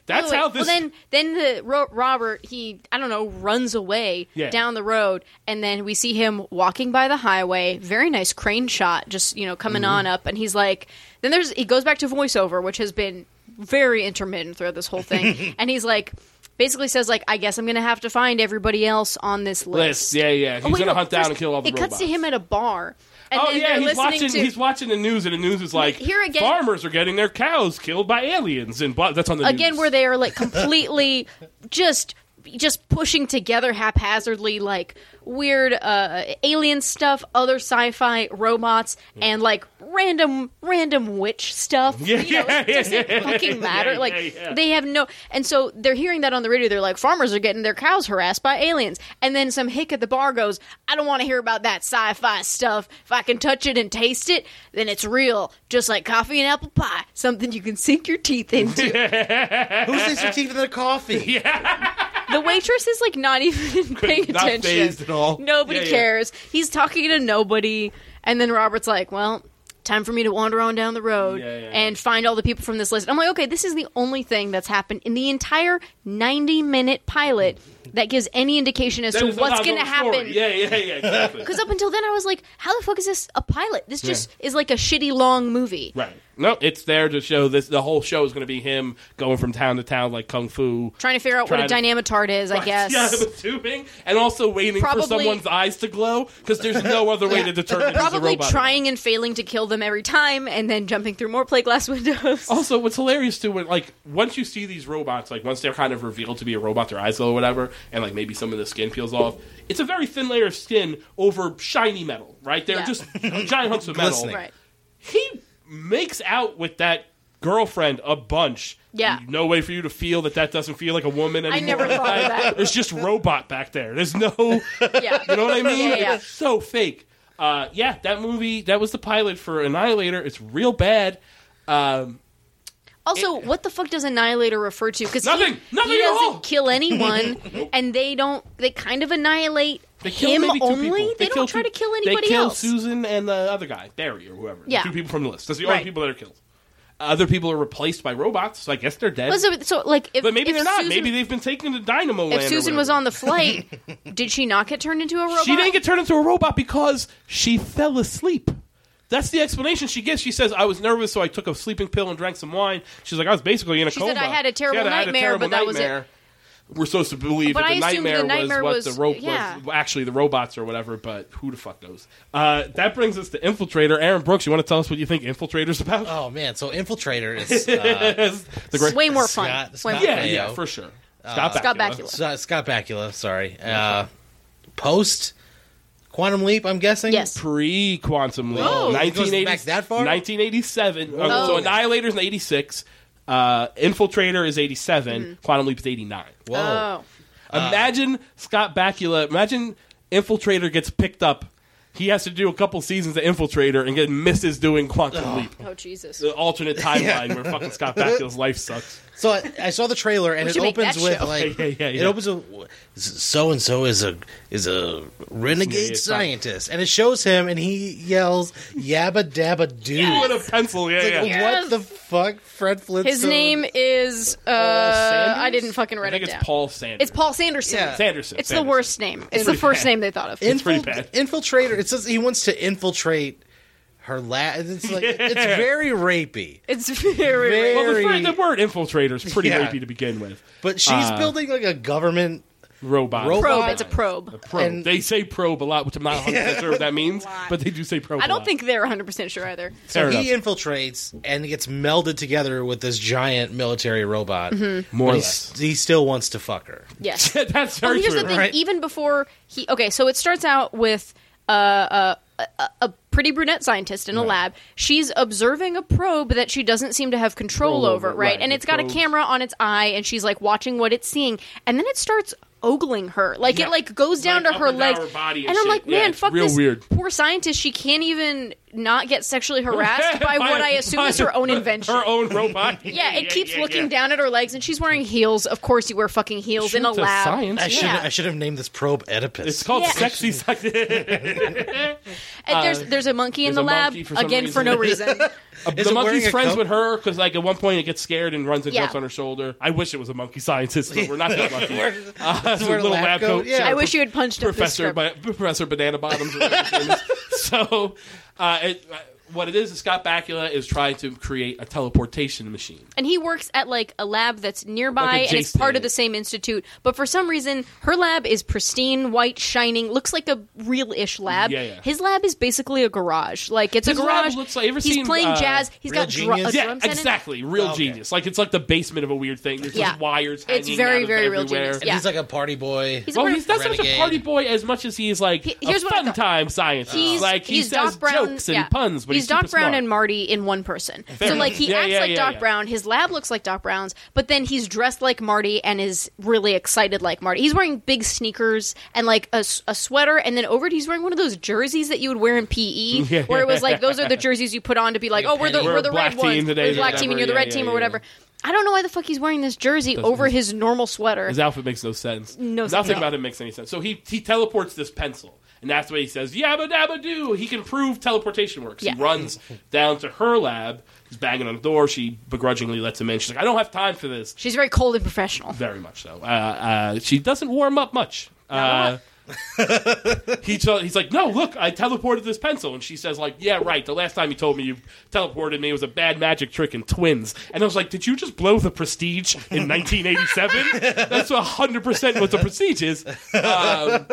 That's Wait, wait. how this. Well, then, then the Ro- Robert he I don't know runs away Yeah. down the road, and then we see him walking by the highway. Very nice crane shot, just you know coming Mm-hmm. on up, and he's like. Then there's he goes back to voiceover, which has been very intermittent throughout this whole thing, and he's like. Basically says like I guess I'm gonna have to find everybody else on this List, list. yeah, yeah. He's Oh, wait, gonna no, hunt down first, and kill all the It cuts robots. to him at a bar. And oh then yeah, they're he's listening watching. to- he's watching the news, and the news is like, Here again- farmers are getting their cows killed by aliens, and blah, that's on the again news. where they are like completely just just pushing together haphazardly like weird uh alien stuff other sci-fi robots and like random random witch stuff Yeah, you know yeah, it doesn't yeah, fucking yeah, matter yeah, like yeah. they have no and so they're hearing that on the radio they're like farmers are getting their cows harassed by aliens and then some hick at the bar goes i don't want to hear about that sci-fi stuff if i can touch it and taste it then it's real just like coffee and apple pie something you can sink your teeth into Who's this for teeth in the coffee? The waitress is like not even paying Not attention. phased at all. Nobody Yeah, yeah. cares. He's talking to nobody, and then Robert's like, "Well, time for me to wander on down the road Yeah, yeah, yeah. and find all the people from this list." I'm like, "Okay, this is the only thing that's happened in the entire 90 minute pilot." that gives any indication as That to is what's not going to the story. happen. Yeah, yeah, yeah, exactly. Because up until then, I was like, how the fuck is this a pilot? This just is like a shitty long movie. Right. No, it's there to show this. The whole show is going to be him going from town to town like kung fu. Trying to figure out what a Trying dynamitard is, I guess. Yeah, I'm assuming, and also waiting Probably- for someone's eyes to glow because there's no other way to determine. if it's a Probably robot or not. trying and failing to kill them every time and then jumping through more plate glass windows. Also, what's hilarious too, when, like once you see these robots, like once they're kind of revealed to be a robot, their eyes glow or whatever, and like maybe some of the skin peels off. It's a very thin layer of skin over shiny metal, right? They're Yeah. just giant hunks of metal. Glistening. Right. He makes out with that girlfriend a bunch. Yeah. No way for you to feel that that doesn't feel like a woman anymore. I never thought of that. There's just robot back there. There's no Yeah. you know what I mean? Yeah, yeah. It's so fake. Uh, yeah, that movie, that was the pilot for Annihilator. It's real bad. Um, Also, what the fuck does Annihilator refer to? Because Nothing! he, Nothing he at doesn't all! kill anyone, and they don't. They kind of annihilate they kill him maybe two only. people. They, kill don't try two- to kill anybody They kill else. Susan and the other guy, Barry or whoever. The Yeah. Two people from the list. That's the Right. only people that are killed. Other people are replaced by robots, so I guess they're dead. Well, So, so, like, if, but maybe if they're not. Susan, maybe they've been taken to Dynamo Land. if or Susan was whatever. on the flight, did she not get turned into a robot? She didn't get turned into a robot because she fell asleep. That's the explanation she gives. She says, "I was nervous, so I took a sleeping pill and drank some wine." She's like, "I was basically in a She coma." said, "I had a She terrible I had nightmare, but that was it. We're supposed to believe But that I the assumed the nightmare, nightmare was, was- what the rope yeah. was actually the robots or whatever, but who the fuck knows? Uh, that brings us to Infiltrator. Aaron Brooks, you want to tell us what you think Infiltrator's about? Oh man, so Infiltrator is uh, the great, It's way more fun. Scott- Way Scott- more- yeah, yeah, Baio. for sure. Scott, Scott Bakula. Bakula. Scott, uh, Scott Bakula. Sorry, uh, post Quantum Leap. I'm guessing. Yes. pre Quantum Leap. Whoa. It goes back that far? 1987. Uh, Whoa. So Annihilator's in 86. Uh, Infiltrator is 87. Mm-hmm. Quantum Leap is 89. Whoa. Oh, Uh. Imagine Scott Bakula. Imagine Infiltrator gets picked up. He has to do a couple seasons of Infiltrator and get misses doing Quantum Leap. oh Jesus! The alternate timeline where fucking Scott Bakula's life sucks. So I, I saw the trailer and We it should make opens that with show. like Yeah, yeah, yeah, it yeah. opens with so and so is a is a renegade Yeah, yeah, scientist and it shows him and he yells yabba dabba doo. With a pencil, yeah, Like, yeah. Yes. What the fuck, Fred Flintstone? His name is. Uh, Sanders? I didn't fucking write I think it it's down. Paul Sanders. It's Paul Sanderson. Yeah. Sanderson. It's Sanderson. the worst name. It's the pretty first bad. name they thought of. Infil- pretty bad. Infiltrator. It says he wants to infiltrate her lab. It's like it's very rapey. It's very. Very- Well, the, Very- fr- the word infiltrator is pretty Yeah. rapey to begin with. But she's building like a government. Robot. Robot. probe. Why? It's a probe. Probe. And- they say probe a lot, which I'm not 100 percent sure what that means, but they do say probe. I a don't lot. think they're 100 percent sure either. Fair So he infiltrates and gets melded together with this giant military robot. Mm-hmm. more or But less. he's, he still wants to fuck her. Yes. That's Well, very Oh, here's true. the thing. right? Even before he, okay, so it starts out with uh, uh, a, a pretty brunette scientist in a lab. She's observing a probe that she doesn't seem to have control Control over, over, right? right, And the it's got probes. a camera on its eye, and she's like watching what it's seeing, and then it starts ogling her. Like Yeah. it like goes down Like, to up her and down legs, her body and I'm shit. like, Yeah, man, it's fuck real this weird. poor scientist. She can't even not get sexually harassed by what I assume is her own invention. Her own robot. yeah, it keeps yeah, looking yeah. down at her legs, and she's wearing heels. Of course, you wear fucking heels in a It's a lab. science. I should Yeah. I should have named this probe Oedipus. It's called Yeah. sexy sex. the And there's there's a monkey Uh, there's in the a lab monkey for some again for no reason. it wearing monkey's a friends coat? with her because, like, at one point it gets scared and runs and Yeah. jumps on her shoulder. I wish it was a monkey scientist, but we're not that lucky. Uh, it's a wear little lab lab coat, coat. yeah. sure. I wish you had punched up this Professor script. ba- Professor Banana Bottoms. and everything. so, uh, it, uh, what it is is Scott Bakula is trying to create a teleportation machine. and he works at like a lab that's nearby Like and it's part adjacent. of the same institute. But for some reason, her lab is pristine, white, shining. Looks like a real-ish lab. Yeah, yeah. His lab is basically a garage. Like it's His a lab garage. looks like- ever He's seen, playing uh, jazz. He's Real got drum. a Genius? yeah, drum set in it. exactly. Real Oh, okay. genius. Like it's like the basement of a weird thing. There's Yeah. just wires hanging. It's very, out of very real everywhere. genius. And Yeah. he's like a party boy. He's a Well, weird- he's not so much a Renegade. party boy as much as he is like He- a here's what I fun thought. time scientist. He's Oh. like he he's says Doc Brown, jokes and yeah. puns, but he's, Doc super Brown smart. and Marty in one person. so enough. like he Yeah, acts yeah, like yeah, Doc yeah. Brown. His lab looks like Doc Brown's, but then he's dressed like Marty and is really excited like Marty. He's wearing big sneakers and like a, s- a sweater, and then over it he's wearing one of those jerseys that you would wear in PE, where it was like those are the jerseys you put on to be like, Like oh, we're the penny. we're, We're a the black team red ones, today we're or the black team, and you're the whatever. red Yeah, team yeah, or whatever. I don't know why the fuck he's wearing this jersey over his normal sweater. His outfit makes no sense. No sense. nothing No. about it makes any sense. So he he teleports this pencil. And that's why he says, Yabba Dabba Doo. He can prove teleportation works. Yeah. He runs down to her lab. He's banging on the door. She begrudgingly lets him in. She's like, I don't have time for this. She's very cold and professional. Very much so. Uh, uh, she doesn't warm up much. Uh, he t- he's like, no, look, I teleported this pencil, and she says, like, yeah, right. The last time you told me you teleported me was a bad magic trick in Twins, and I was like, did you just blow the Prestige in 1987? That's 100 percent what the Prestige is. Um,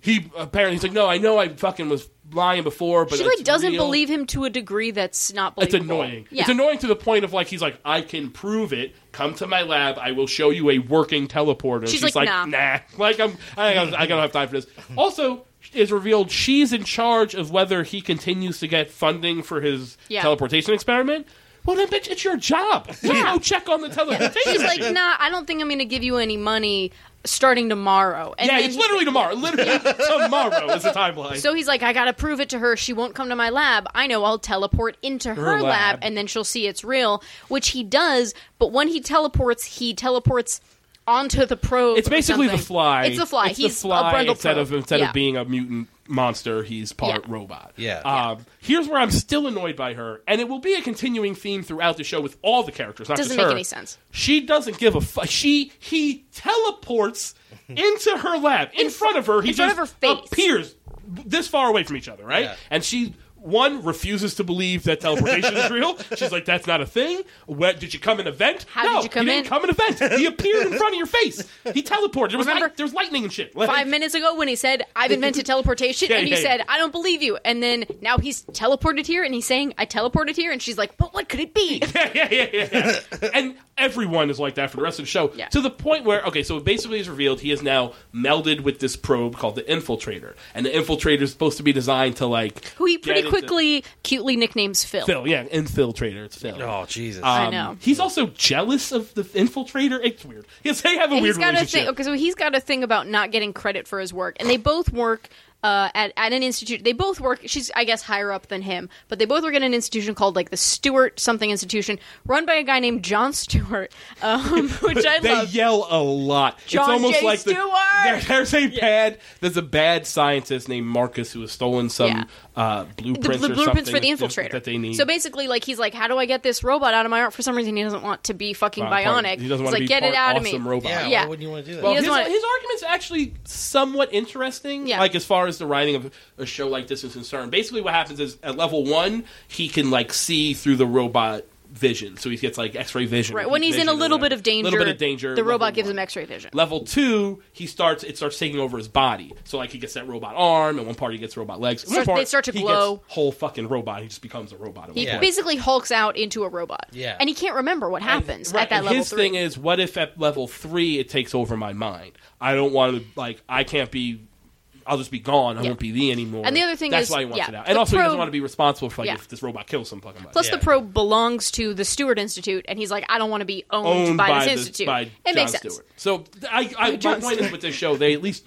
he apparently he's like, no, I know I fucking was lying before, but She like it's doesn't real." believe him to a degree that's not. It's Believable. annoying. Yeah. It's annoying to the point of like he's like, I can prove it. Come to my lab. I will show you a working teleporter. She's like, like, "Nah." nah. Like I'm, I, don't- I don't have time for this. Also, is revealed she's in charge of whether he continues to get funding for his Yeah. teleportation experiment. Well, then, bitch, it's your job. You Yeah. go check on the teleportation. She's like, machine. nah, I don't think I'm going to give you any money starting tomorrow. And yeah, then it's he- literally tomorrow. Literally tomorrow is the timeline. So he's like, I gotta prove it to her. She won't come to my lab. I know I'll teleport into her, Her lab. lab. and then she'll see it's real, which he does. But when he teleports, he teleports onto the probe. It's or basically the something. fly. It's the fly. It's he's the fly a Brundle instead of probe. instead Yeah. of being a mutant monster, he's part Yeah. robot. Yeah. Um, Here's where I'm still annoyed by her, and it will be a continuing theme throughout the show with all the characters. Not Doesn't just make her. any sense. She doesn't give a fuck. She he teleports into her lab in, front of her. He in front just of her face. appears this far away from each other, right? Yeah. And she. One refuses to believe that teleportation is real. She's like, "That's not a thing." What did you come in a vent? How no, did you come he in? Didn't come in a vent. He appeared in front of your face. He teleported. There was Remember- light, there was lightning and shit. Like, Five minutes ago, when he said, "I've invented teleportation," Yeah, and you yeah, yeah. said, "I don't believe you," and then now he's teleported here, and he's saying, "I teleported here," and she's like, "But what could it be?" yeah, yeah, yeah, yeah. and everyone is like that for the rest of the show. Yeah. To the point where, okay, so it basically is revealed he is now melded with this probe called the Infiltrator. And the Infiltrator is supposed to be designed to, like. Who he get pretty into- quickly, cutely nicknames Phil. Phil, yeah, Infiltrator. It's Phil. Oh Jesus! Uh, I know. He's also jealous of the Infiltrator. It's weird. Yes, they have a And weird he's got a relationship. thing. Okay, so he's got a thing about not getting credit for his work, and they both work uh, at at an institute. They both work. She's, I guess, higher up than him, but they both work at an institution called like the Stewart something institution, run by a guy named John Stewart, um, which I they love. yell a lot. John it's almost J. like the- Stewart! there- there's a bad there's a bad scientist named Marcus who has stolen some Yeah. uh, blueprints The, the or blueprints something for the that- infiltrator. that they need. So basically, like he's like, "How do I get this robot out of my arm?" For some reason, he doesn't want to be fucking Uh, part- bionic. He doesn't he's want like, to be "Get part it out awesome of me." robot. yeah, yeah. Why wouldn't you want to do that? Well, He his, doesn't wanna- his argument's actually somewhat interesting, Yeah. like as far as the writing of a show like this is concerned. Basically, what happens is at level one, he can like see through the robot vision, so he gets like X-ray vision. or Right when heat he's in a vision or little bit whatever. of danger, little bit of danger. the level robot gives one. him X-ray vision. Level two, he starts. It starts taking over his body. So like he gets that robot arm, and one part he gets robot legs. and one Start- they part, start to he glow. Gets whole fucking robot. He just becomes a robot. at He one point. basically hulks out into a robot. Yeah. And he can't remember what happens Right, at that and level his three. thing is, what if at level three it takes over my mind? I don't want to like. I can't be. I'll just be gone. I Yeah. won't be the anymore. And the other thing that's is- why he wants yeah, it out. And the also, he probe- doesn't want to be responsible for like Yeah. if this robot kills some fucking. Plus, Plus, the probe belongs to the Stewart Institute, and he's like, I don't want to be owned, owned by, by, this the- institute. by it John makes sense. Stewart. So th- I, I, my John point Stewart. is with this show, they at least.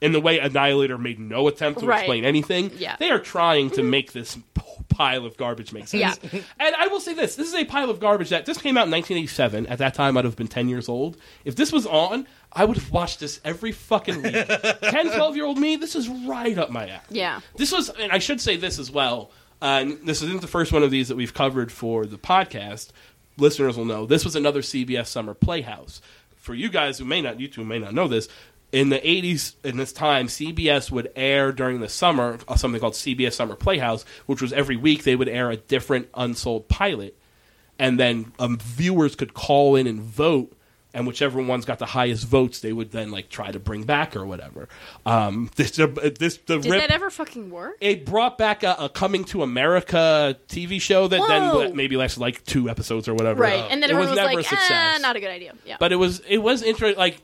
In the way Annihilator made no attempt to Right. explain anything, Yeah. they are trying to make this p- pile of garbage make sense. Yeah. And I will say this: this is a pile of garbage that this came out in 1987. At that time, I'd have been 10 years old. If this was on, I would have watched this every fucking week. 10, 12 year old me, this is right up my alley. Yeah. This was, and I should say this as well. Uh, and this isn't the first one of these that we've covered for the podcast. Listeners will know this was another CBS Summer Playhouse. For you guys who may not, you two may not know this. In the 80s, in this time, CBS would air during the summer uh, something called CBS Summer Playhouse, which was every week they would air a different unsold pilot and then um, viewers could call in and vote and whichever one's got the highest votes they would then like try to bring back or whatever um, this, uh, this the Did rip, that ever fucking work? it brought back a, a coming to america tv show that Whoa. then maybe lasted like two episodes or whatever right. And then it everyone was was, never like, a success ah, not a good idea. Yeah. but it was it was interesting. Like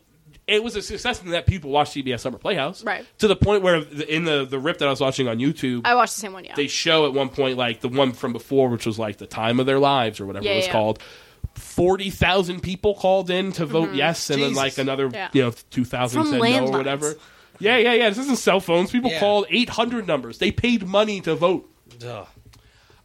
it was a success in that people watched CBS Summer Playhouse, Right. To the point where the- in the the rip that I was watching on YouTube, I watched the same one, yeah. they show at one point like the one from before, which was like the time of their lives or whatever Yeah, it was yeah. called. Forty thousand people called in to vote yes, and then Jesus. like another Mm-hmm. Yeah. you know two thousand From said no landlines. or whatever. Yeah, yeah, yeah. This isn't cell phones. People Yeah. called eight hundred numbers. They paid money to vote. Ugh.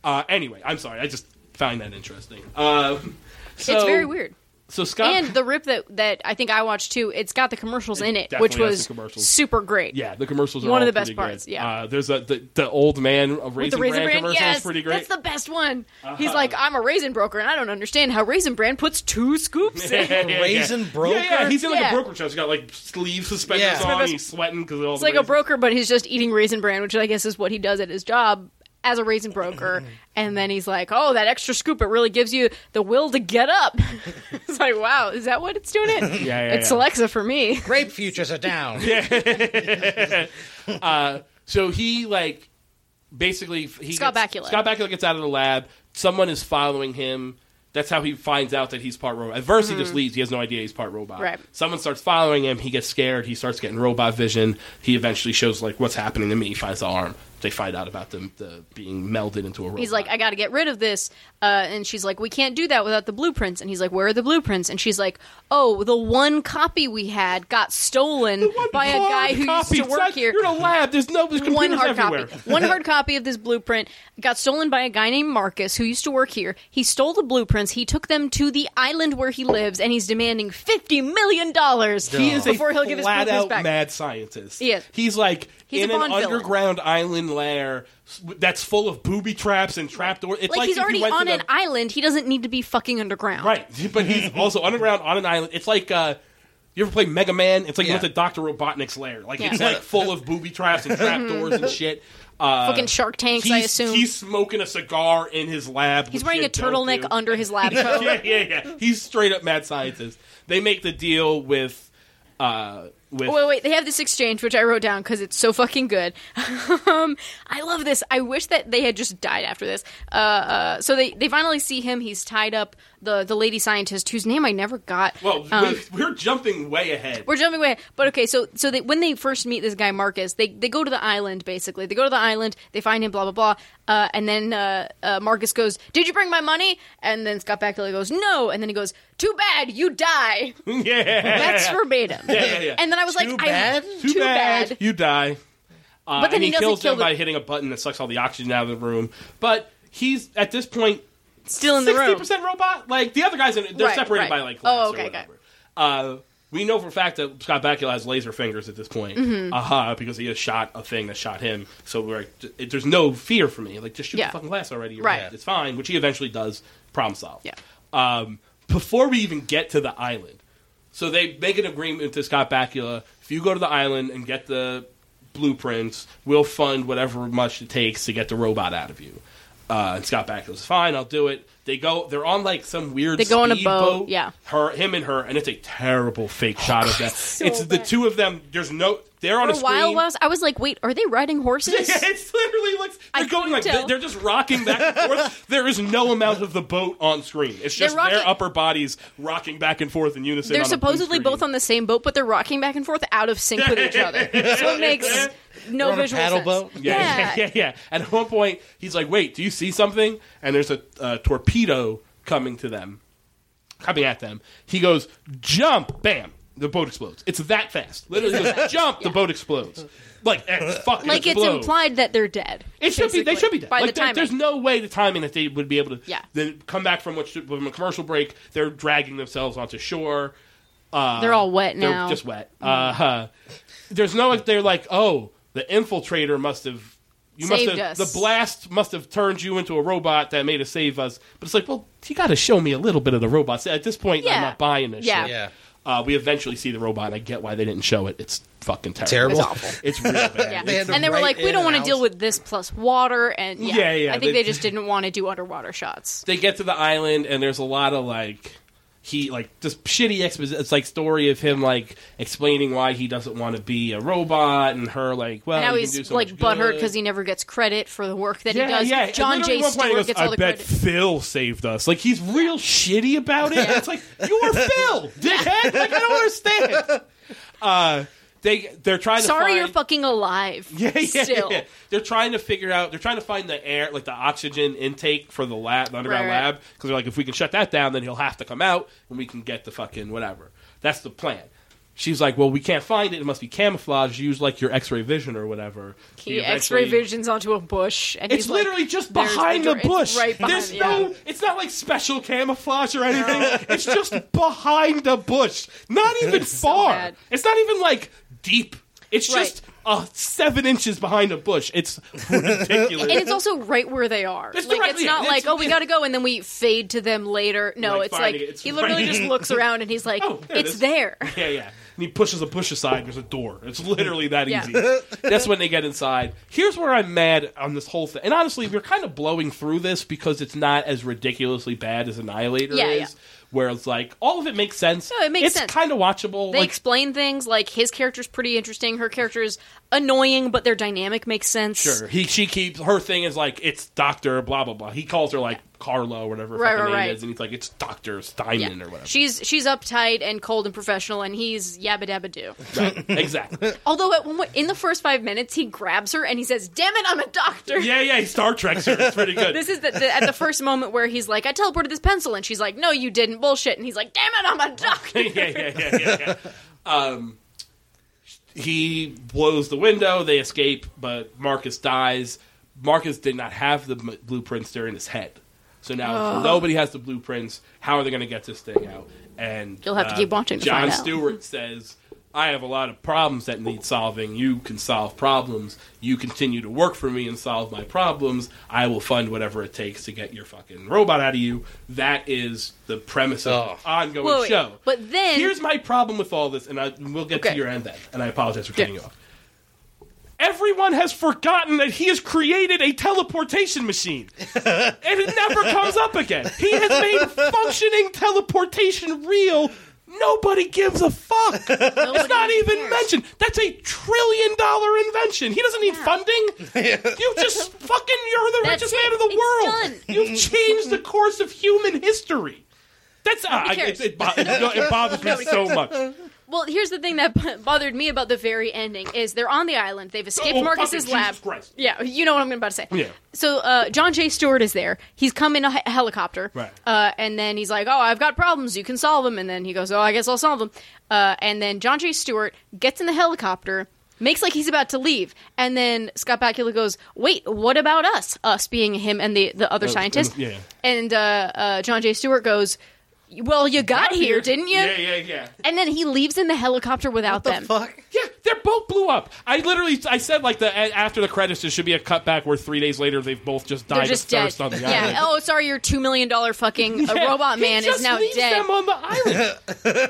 Uh, anyway, I'm sorry. I just find that interesting. Um, so, it's very weird. So Scott, and the rip that that I think I watched too. It's got the commercials in it, definitely which has was the commercials. super great. yeah, the commercials are One of all the best pretty good. parts, yeah. uh, there's a the, the old man a With raisin the raisin brand, brand, commercial yes, is pretty great. Uh-huh. that's the best one. He's like, I'm a raisin broker, and I don't understand how raisin brand puts two scoops in. Yeah, yeah, yeah. Raisin broker? Yeah, yeah, he's in like Yeah. a broker dress. He's got like sleeve suspenders Yeah. on. He's sweating because all It's the like a raisins. broker, but he's just eating raisin bran, which I guess is what he does at his job as a raisin broker. and then he's like, "Oh, that extra scoop! It really gives you the will to get up." it's like, wow, is that what it's doing? It? Yeah, yeah, it's yeah. Alexa for me. Grape futures are down. So he like basically f- he Scott gets, Bakula. Scott Bakula gets out of the lab. Someone is following him. That's how he finds out that he's part robot. At first, he just leaves. He has no idea he's part robot. Mm. Right. Someone starts following him. He gets scared. He starts getting robot vision. He eventually shows like what's happening to me. He finds the arm. They find out about them the being melded into a robot. He's like, I got to get rid of this. Uh, and she's like, we can't do that without the blueprints. And he's like, where are the blueprints? And she's like, oh, the one copy we had got stolen by a Hard guy who used copy. to It's work not- here. You're in a lab. There's no there's computers One hard everywhere. copy. One hard copy of this blueprint got stolen by a guy named Marcus who used to work here. He stole the blueprints. He took them to the island where he lives, and he's demanding fifty million dollars He is before a he'll give his flat blueprints out back. mad scientist. He is. He's like He's in a an Bond villain. underground island lair s- that's full of booby traps and trapdoors. It's Like, like, if he's you already went to on the- an island. He doesn't need to be fucking underground. right, but he's also underground on an island. It's like. uh you ever play Mega Man? It's like you Yeah. went to Doctor Robotnik's lair. Like it's Yeah. like full of booby traps and trapdoors and shit. Uh, Fucking Shark Tanks, he's, I assume. he's smoking a cigar in his lab. He's which wearing you a don't turtleneck do. under his lab coat. yeah, yeah, yeah. He's straight up mad scientist. They make the deal with uh with Oh, Wait, wait. They have this exchange, which I wrote down because it's so fucking good. um, I love this. I wish that they had just died after this. Uh, uh, so they, they finally see him. He's tied up. The the lady scientist, whose name I never got. Well, Um, we- we're jumping way ahead. we're jumping away. But okay, so so they, when they first meet this guy Marcus, they they go to the island basically. They go to the island. They find him. Blah blah blah. Uh, and then uh, uh, Marcus goes, "Did you bring my money?" And then Scott Bakula goes, "No." And then he goes, "Too bad, you die." yeah. That's verbatim. yeah, yeah. And then I was Too like, bad? I, Too, bad. bad. You die. Uh, But then and he he, doesn't kills kill them the- by hitting a button that sucks all the oxygen out of the room. But he's at this point Still in the sixty room. percent robot. Like the other guys, in, they're Right, separated right. by like glass Oh, or okay, okay. whatever. Uh, we know for a fact that Scott Bakula has laser fingers at this point, Mm-hmm. uh-huh, because he has shot a thing that shot him. So we're like, j- it- there's no fear for me. Like just shoot Yeah. the fucking glass already. You're Right. dead. it's fine. Which he eventually does. Problem solved. Yeah. Um, before we even get to the island, so they make an agreement to Scott Bakula. If you go to the island and get the blueprints, we'll fund whatever much it takes to get the robot out of you. Uh, and Scott Bakula's fine. I'll do it. They go. They're on like some weird. They go on a speedboat, boat, yeah. Oh, Her, him, and her, and it's a terrible fake shot of that. it's the two of them. There's no. They're on For a a screen. while, while I was- I was like, wait, are they riding horses? Yeah, it's literally like they're I going like couldn't tell. they're just rocking back and forth. there is no amount of the boat on screen. It's just They're their rocking- upper bodies rocking back and forth in unison. They're on a blue supposedly screen. both on the same boat, but they're rocking back and forth out of sync with each other. So it makes no They're on a visual paddle sense. boat? Yeah, yeah, Yeah. yeah, yeah. And at one point, he's like, "Wait, do you see something?" And there's a, a torpedo coming to them, coming at them. He goes, "Jump!" Bam! The boat explodes. It's that fast. Literally, he goes, "Jump!" The boat explodes. Like eh, it fucking Like it's explodes. implied that they're dead. It should be. They basically, should be dead. By like, the there- time there's no way the timing that they would be able to. Yeah. Then come back from what should- from a commercial break. They're dragging themselves onto shore. they're all wet They're now. just wet. Uh, there's no. They're like, oh, the infiltrator must have. You must Saved have, us. The blast must have turned you into a robot that made us save us. But it's like, well, you got to show me a little bit of the robots. At this point, Yeah. I'm not buying this. Yeah. shit. Yeah. Uh, we eventually see the robot. and I get why they didn't show it. It's fucking terrible. Terrible. It's awful. It's real bad. Yeah. They had to and they were write like, we in don't and want to out. deal with this plus water. And yeah, Yeah, yeah, I think they- they, just didn't want to do underwater shots. they get to the island and there's a lot of like he like just shitty exposition. It's like story of him like explaining why he doesn't want to be a robot and her like well And now you Uh, can do he's so like much butthurt good. because he never gets credit for the work that yeah, he does. yeah. And John literally J. one point he Stewart goes, gets all I the bet credit. Phil saved us. Like he's real shitty about it. It's like you're Phil, dickhead. Like I don't understand. Uh, they they're trying to Sorry, find- you're fucking alive. yeah, yeah, still. yeah. They're trying to figure out. They're trying to find the air, like the oxygen intake for the lab, the underground Right, right. lab, because they're like, if we can shut that down, then he'll have to come out, and we can get the fucking whatever. That's the plan. she's like, "Well, we can't find it. It must be camouflage. Use like your X-ray vision or whatever." He You X-ray eventually- visions onto a bush, and It's he's like, literally just "There's behind the, door." It's bush. right behind. There's yeah. no. It's not like special camouflage or anything. It's just behind the bush. Not even far. bad. It's not even like deep. It's Right. just uh, seven inches behind a bush. It's ridiculous. and it's also right where they are. It's like directly- it's not it's- like oh we yeah. gotta go and then we fade to them later. No, Like it's like finding it, it's he literally right- just looks around and he's like, Oh, there it it's is. there. Yeah, yeah. And he pushes a push aside. And there's a door. It's literally that Yeah. easy. That's when they get inside. Here's where I'm mad on this whole thing. And honestly, we're kind of blowing through this because it's not as ridiculously bad as Annihilator Yeah, is. yeah. Where it's like all of it makes sense. No, it makes it's sense. kind of watchable. They like, explain things like his character's pretty interesting, her character's annoying, but their dynamic makes sense. sure. He she keeps her thing is like it's Doctor blah blah blah. He calls her like Carlo or whatever her Right, fucking right, name right. is, and he's like it's Doctor Steinman or whatever. She's she's uptight and cold and professional, and he's yabba dabba do. Right. exactly. Although at one point, in the first five minutes, he grabs her and he says, "Damn it, I'm a doctor." Yeah, yeah. He Star Trek's her. It's pretty good. This is the, the, at the first moment where he's like, "I teleported this pencil," and she's like, "No, you didn't, bullshit." And he's like, "Damn it, I'm a doctor." yeah, yeah, yeah, yeah, yeah. Um, he blows the window. They escape, but Marcus dies. Marcus did not have the m- blueprints; they're in his head. So Oh. now if nobody has the blueprints. How are they going to get this thing out? And uh, You'll have to keep watching to John find out. Stewart says, "I have a lot of problems that need solving. You can solve problems. You continue to work for me and solve my problems. I will fund whatever it takes to get your fucking robot out of you." That is the premise of Oh. the ongoing Whoa, wait. show. But then- here's my problem with all this, and I, we'll get to Okay. your end then. And I apologize for cutting Yeah. you off. Everyone has forgotten that he has created a teleportation machine, and it never comes up again. He has made functioning teleportation real. Nobody gives a fuck. it's not even even cares. mentioned. That's a trillion dollar invention. He doesn't need funding. You just fucking you're the That's richest it. man in the It's world. done. You've changed the course of human history. That's uh, I, cares. it, it, bo- it bothers me so much. Well, here's the thing that b- bothered me about the very ending is they're on the island. They've escaped Oh, Marcus's fucking lab. Jesus Christ. Yeah, you know what I'm about to say. Yeah. So uh, John J. Stewart is there. He's come in a he- helicopter. Right. Uh, and then he's like, "Oh, I've got problems. You can solve them." And then he goes, "Oh, I guess I'll solve them." Uh, and then John J. Stewart gets in the helicopter. Makes like he's about to leave, and then Scott Bakula goes, "Wait, what about us? Us being him and the the other scientist." Uh, yeah. And uh, uh, John J. Stewart goes, "Well, you got, here, didn't you?" Yeah, yeah, yeah. And then he leaves in the helicopter without the them. fuck? Yeah, their boat blew up. I literally, I said like the a- after the credits, there should be a cutback where three days later they've both just They're died just of dead. thirst on the island. yeah. Oh, sorry, your two million dollar fucking uh Yeah, robot he man just is now leaves dead. them on the island.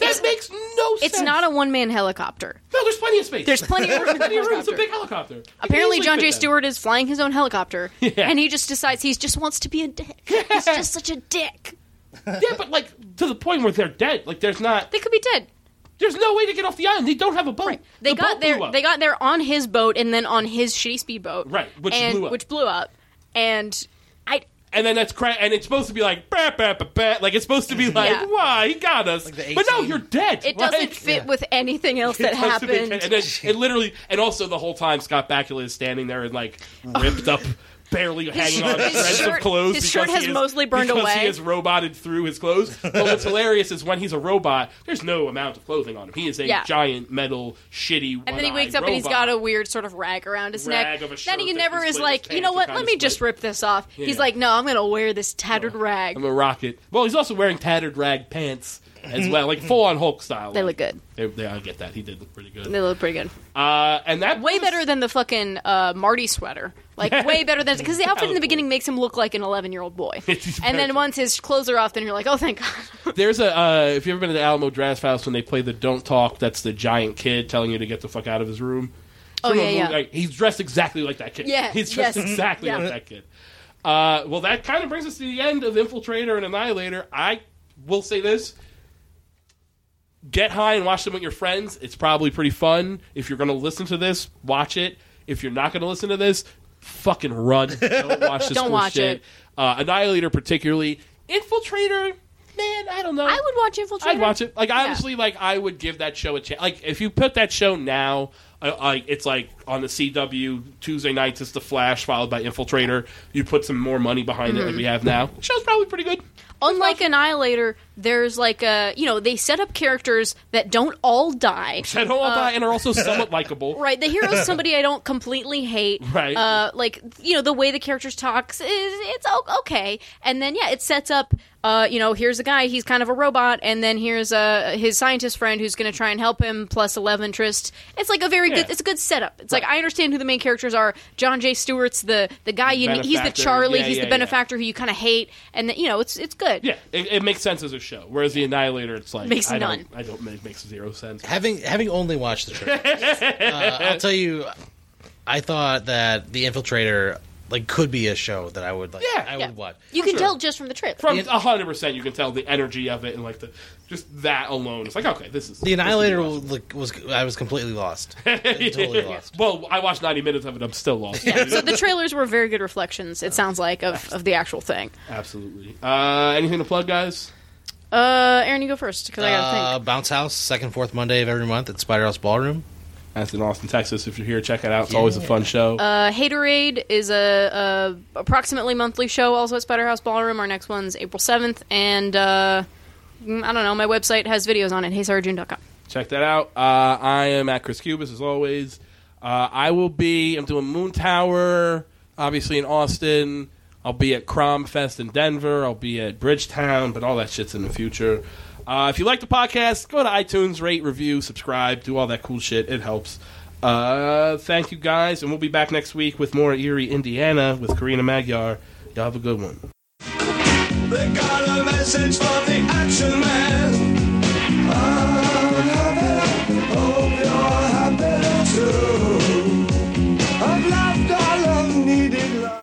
that makes no sense. It's not a one man helicopter. No, there's plenty of space. There's plenty of room. for plenty of room. It's a helicopter. big helicopter. You can Apparently, easily John J. fit them. Stewart is flying his own helicopter, Yeah. and he just decides he just wants to be a dick. He's just such a dick. Yeah, but like to the point where they're dead. Like there's not. They could be dead. There's no way to get off the island. They don't have a boat. They The got boat blew there. up. They got there on his boat, and then on his shitty speedboat. Right, which and, blew up. Which blew up, and I. and then that's cra- and it's supposed to be like bah, bah, bah, bah. like it's supposed to be like Yeah. why he got us, the but no, 18. you're dead. It Like, doesn't fit yeah. with anything else that it doesn't make- happened. And then it literally, and also the whole time Scott Bakula is standing there and like ripped up. Barely hanging on to his shreds of shirt- clothes. his shirt because has he is, mostly burned because away. He is roboted through his clothes. But what's hilarious is when he's a robot, there's no amount of clothing on him. He is a Yeah. giant metal shitty. And then he one-eyed wakes up and he's robot. got a weird sort of rag around his Rag neck. of a then he shirt that never he's is played like, his you know pants what? are Let kinda me just split. rip this off. He's Yeah. like, no, I'm gonna wear this tattered rag. I'm a rocket. Well, he's also wearing tattered rag pants as well, like full on Hulk style. They Like, look good. They, they, I get that. He did look pretty They good. look pretty good. Uh, and that Way better than the fucking uh, Marty sweater. Like way better than because the outfit in the Totally. beginning makes him look like an 11 year old boy. It's and perfect. then once his clothes are off, then you're like, oh, thank God. There's a uh, if you've ever been to the Alamo Draft House when they play the Don't Talk. That's the giant kid telling you to get the fuck out of his room. Oh, From a yeah, yeah. movie- like, he's dressed exactly like that kid. Yeah, he's dressed yes. exactly Yeah. like that kid. Uh, well, that kind of brings us to the end of Infiltrator and Annihilator. I will say this: get high and watch them with your friends. It's probably pretty fun. If you're going to listen to this, watch it. If you're not going to listen to this, fucking run. Don't watch this Don't cool watch shit. it. Uh, Annihilator, particularly Infiltrator. Man, I don't know. I would watch Infiltrator. I'd watch it. Like Yeah. honestly, like I would give that show a chance. Like if you put that show now, I, I, it's like on the CW Tuesday nights. Mm-hmm. It's The Flash followed by Infiltrator. You put some more money behind it like we have now. show's probably pretty good. unlike Annihilator, there's like a you know they set up characters that don't all die. Ted all die and are also somewhat likable. Uh, Right, the hero's somebody I don't completely hate. Right. Uh, like you know the way the characters talks is it's o- okay, and then yeah, it sets up. Uh, you know, here's a guy. He's kind of a robot, and then here's uh, his scientist friend who's going to try and help him. Plus eleven tryst. It's like a very Yeah. good. It's a good setup. It's like Right. I understand who the main characters are. John J. Stewart's the the guy you need. He's the Benefactor. Charlie. Yeah, he's yeah, the yeah. benefactor who you kind of hate, and the, you know it's it's good. Yeah, it, it makes sense as a show. Whereas the Annihilator, it's like Makes I none. Don't, I don't. It makes zero sense. having having only watched the trailer, uh, I'll tell you, I thought that the Infiltrator like could be a show that I would like. Yeah. I Yeah. would watch. You can sure. tell just from the trailer. From It- hundred percent, you can tell the energy of it and like the just that alone. It's like okay, this is The this is Annihilator awesome. was, was I was completely lost, totally lost. Well, I watched ninety minutes of it. I'm still lost. so the trailers were very good reflections. It sounds like of, of the actual thing. Absolutely. Uh, anything to plug, guys? Uh, Aaron, you go first because I gotta Uh, think. Bounce House, second fourth Monday of every month at Spider House Ballroom. That's in Austin, Texas. If you're here, check it out. It's always a fun show. Uh, Haterade is a, a approximately monthly show also at Spider House Ballroom. Our next one's April seventh, and uh, mm, I don't know. My website has videos on it. HeySarahJune.com. check that out. Uh, I am at Chris Cubis as always. Uh, I will be. I'm doing Moon Tower, obviously in Austin. I'll be at Crom Fest in Denver. I'll be at Bridgetown, but all that shit's in the future. Uh, if you like the podcast, go to iTunes, rate, review, subscribe, do all that cool shit. It helps. Uh, thank you guys, and we'll be back next week with more Erie, Indiana, with Karina Magyar. Y'all have a good one. They got a message from the action man.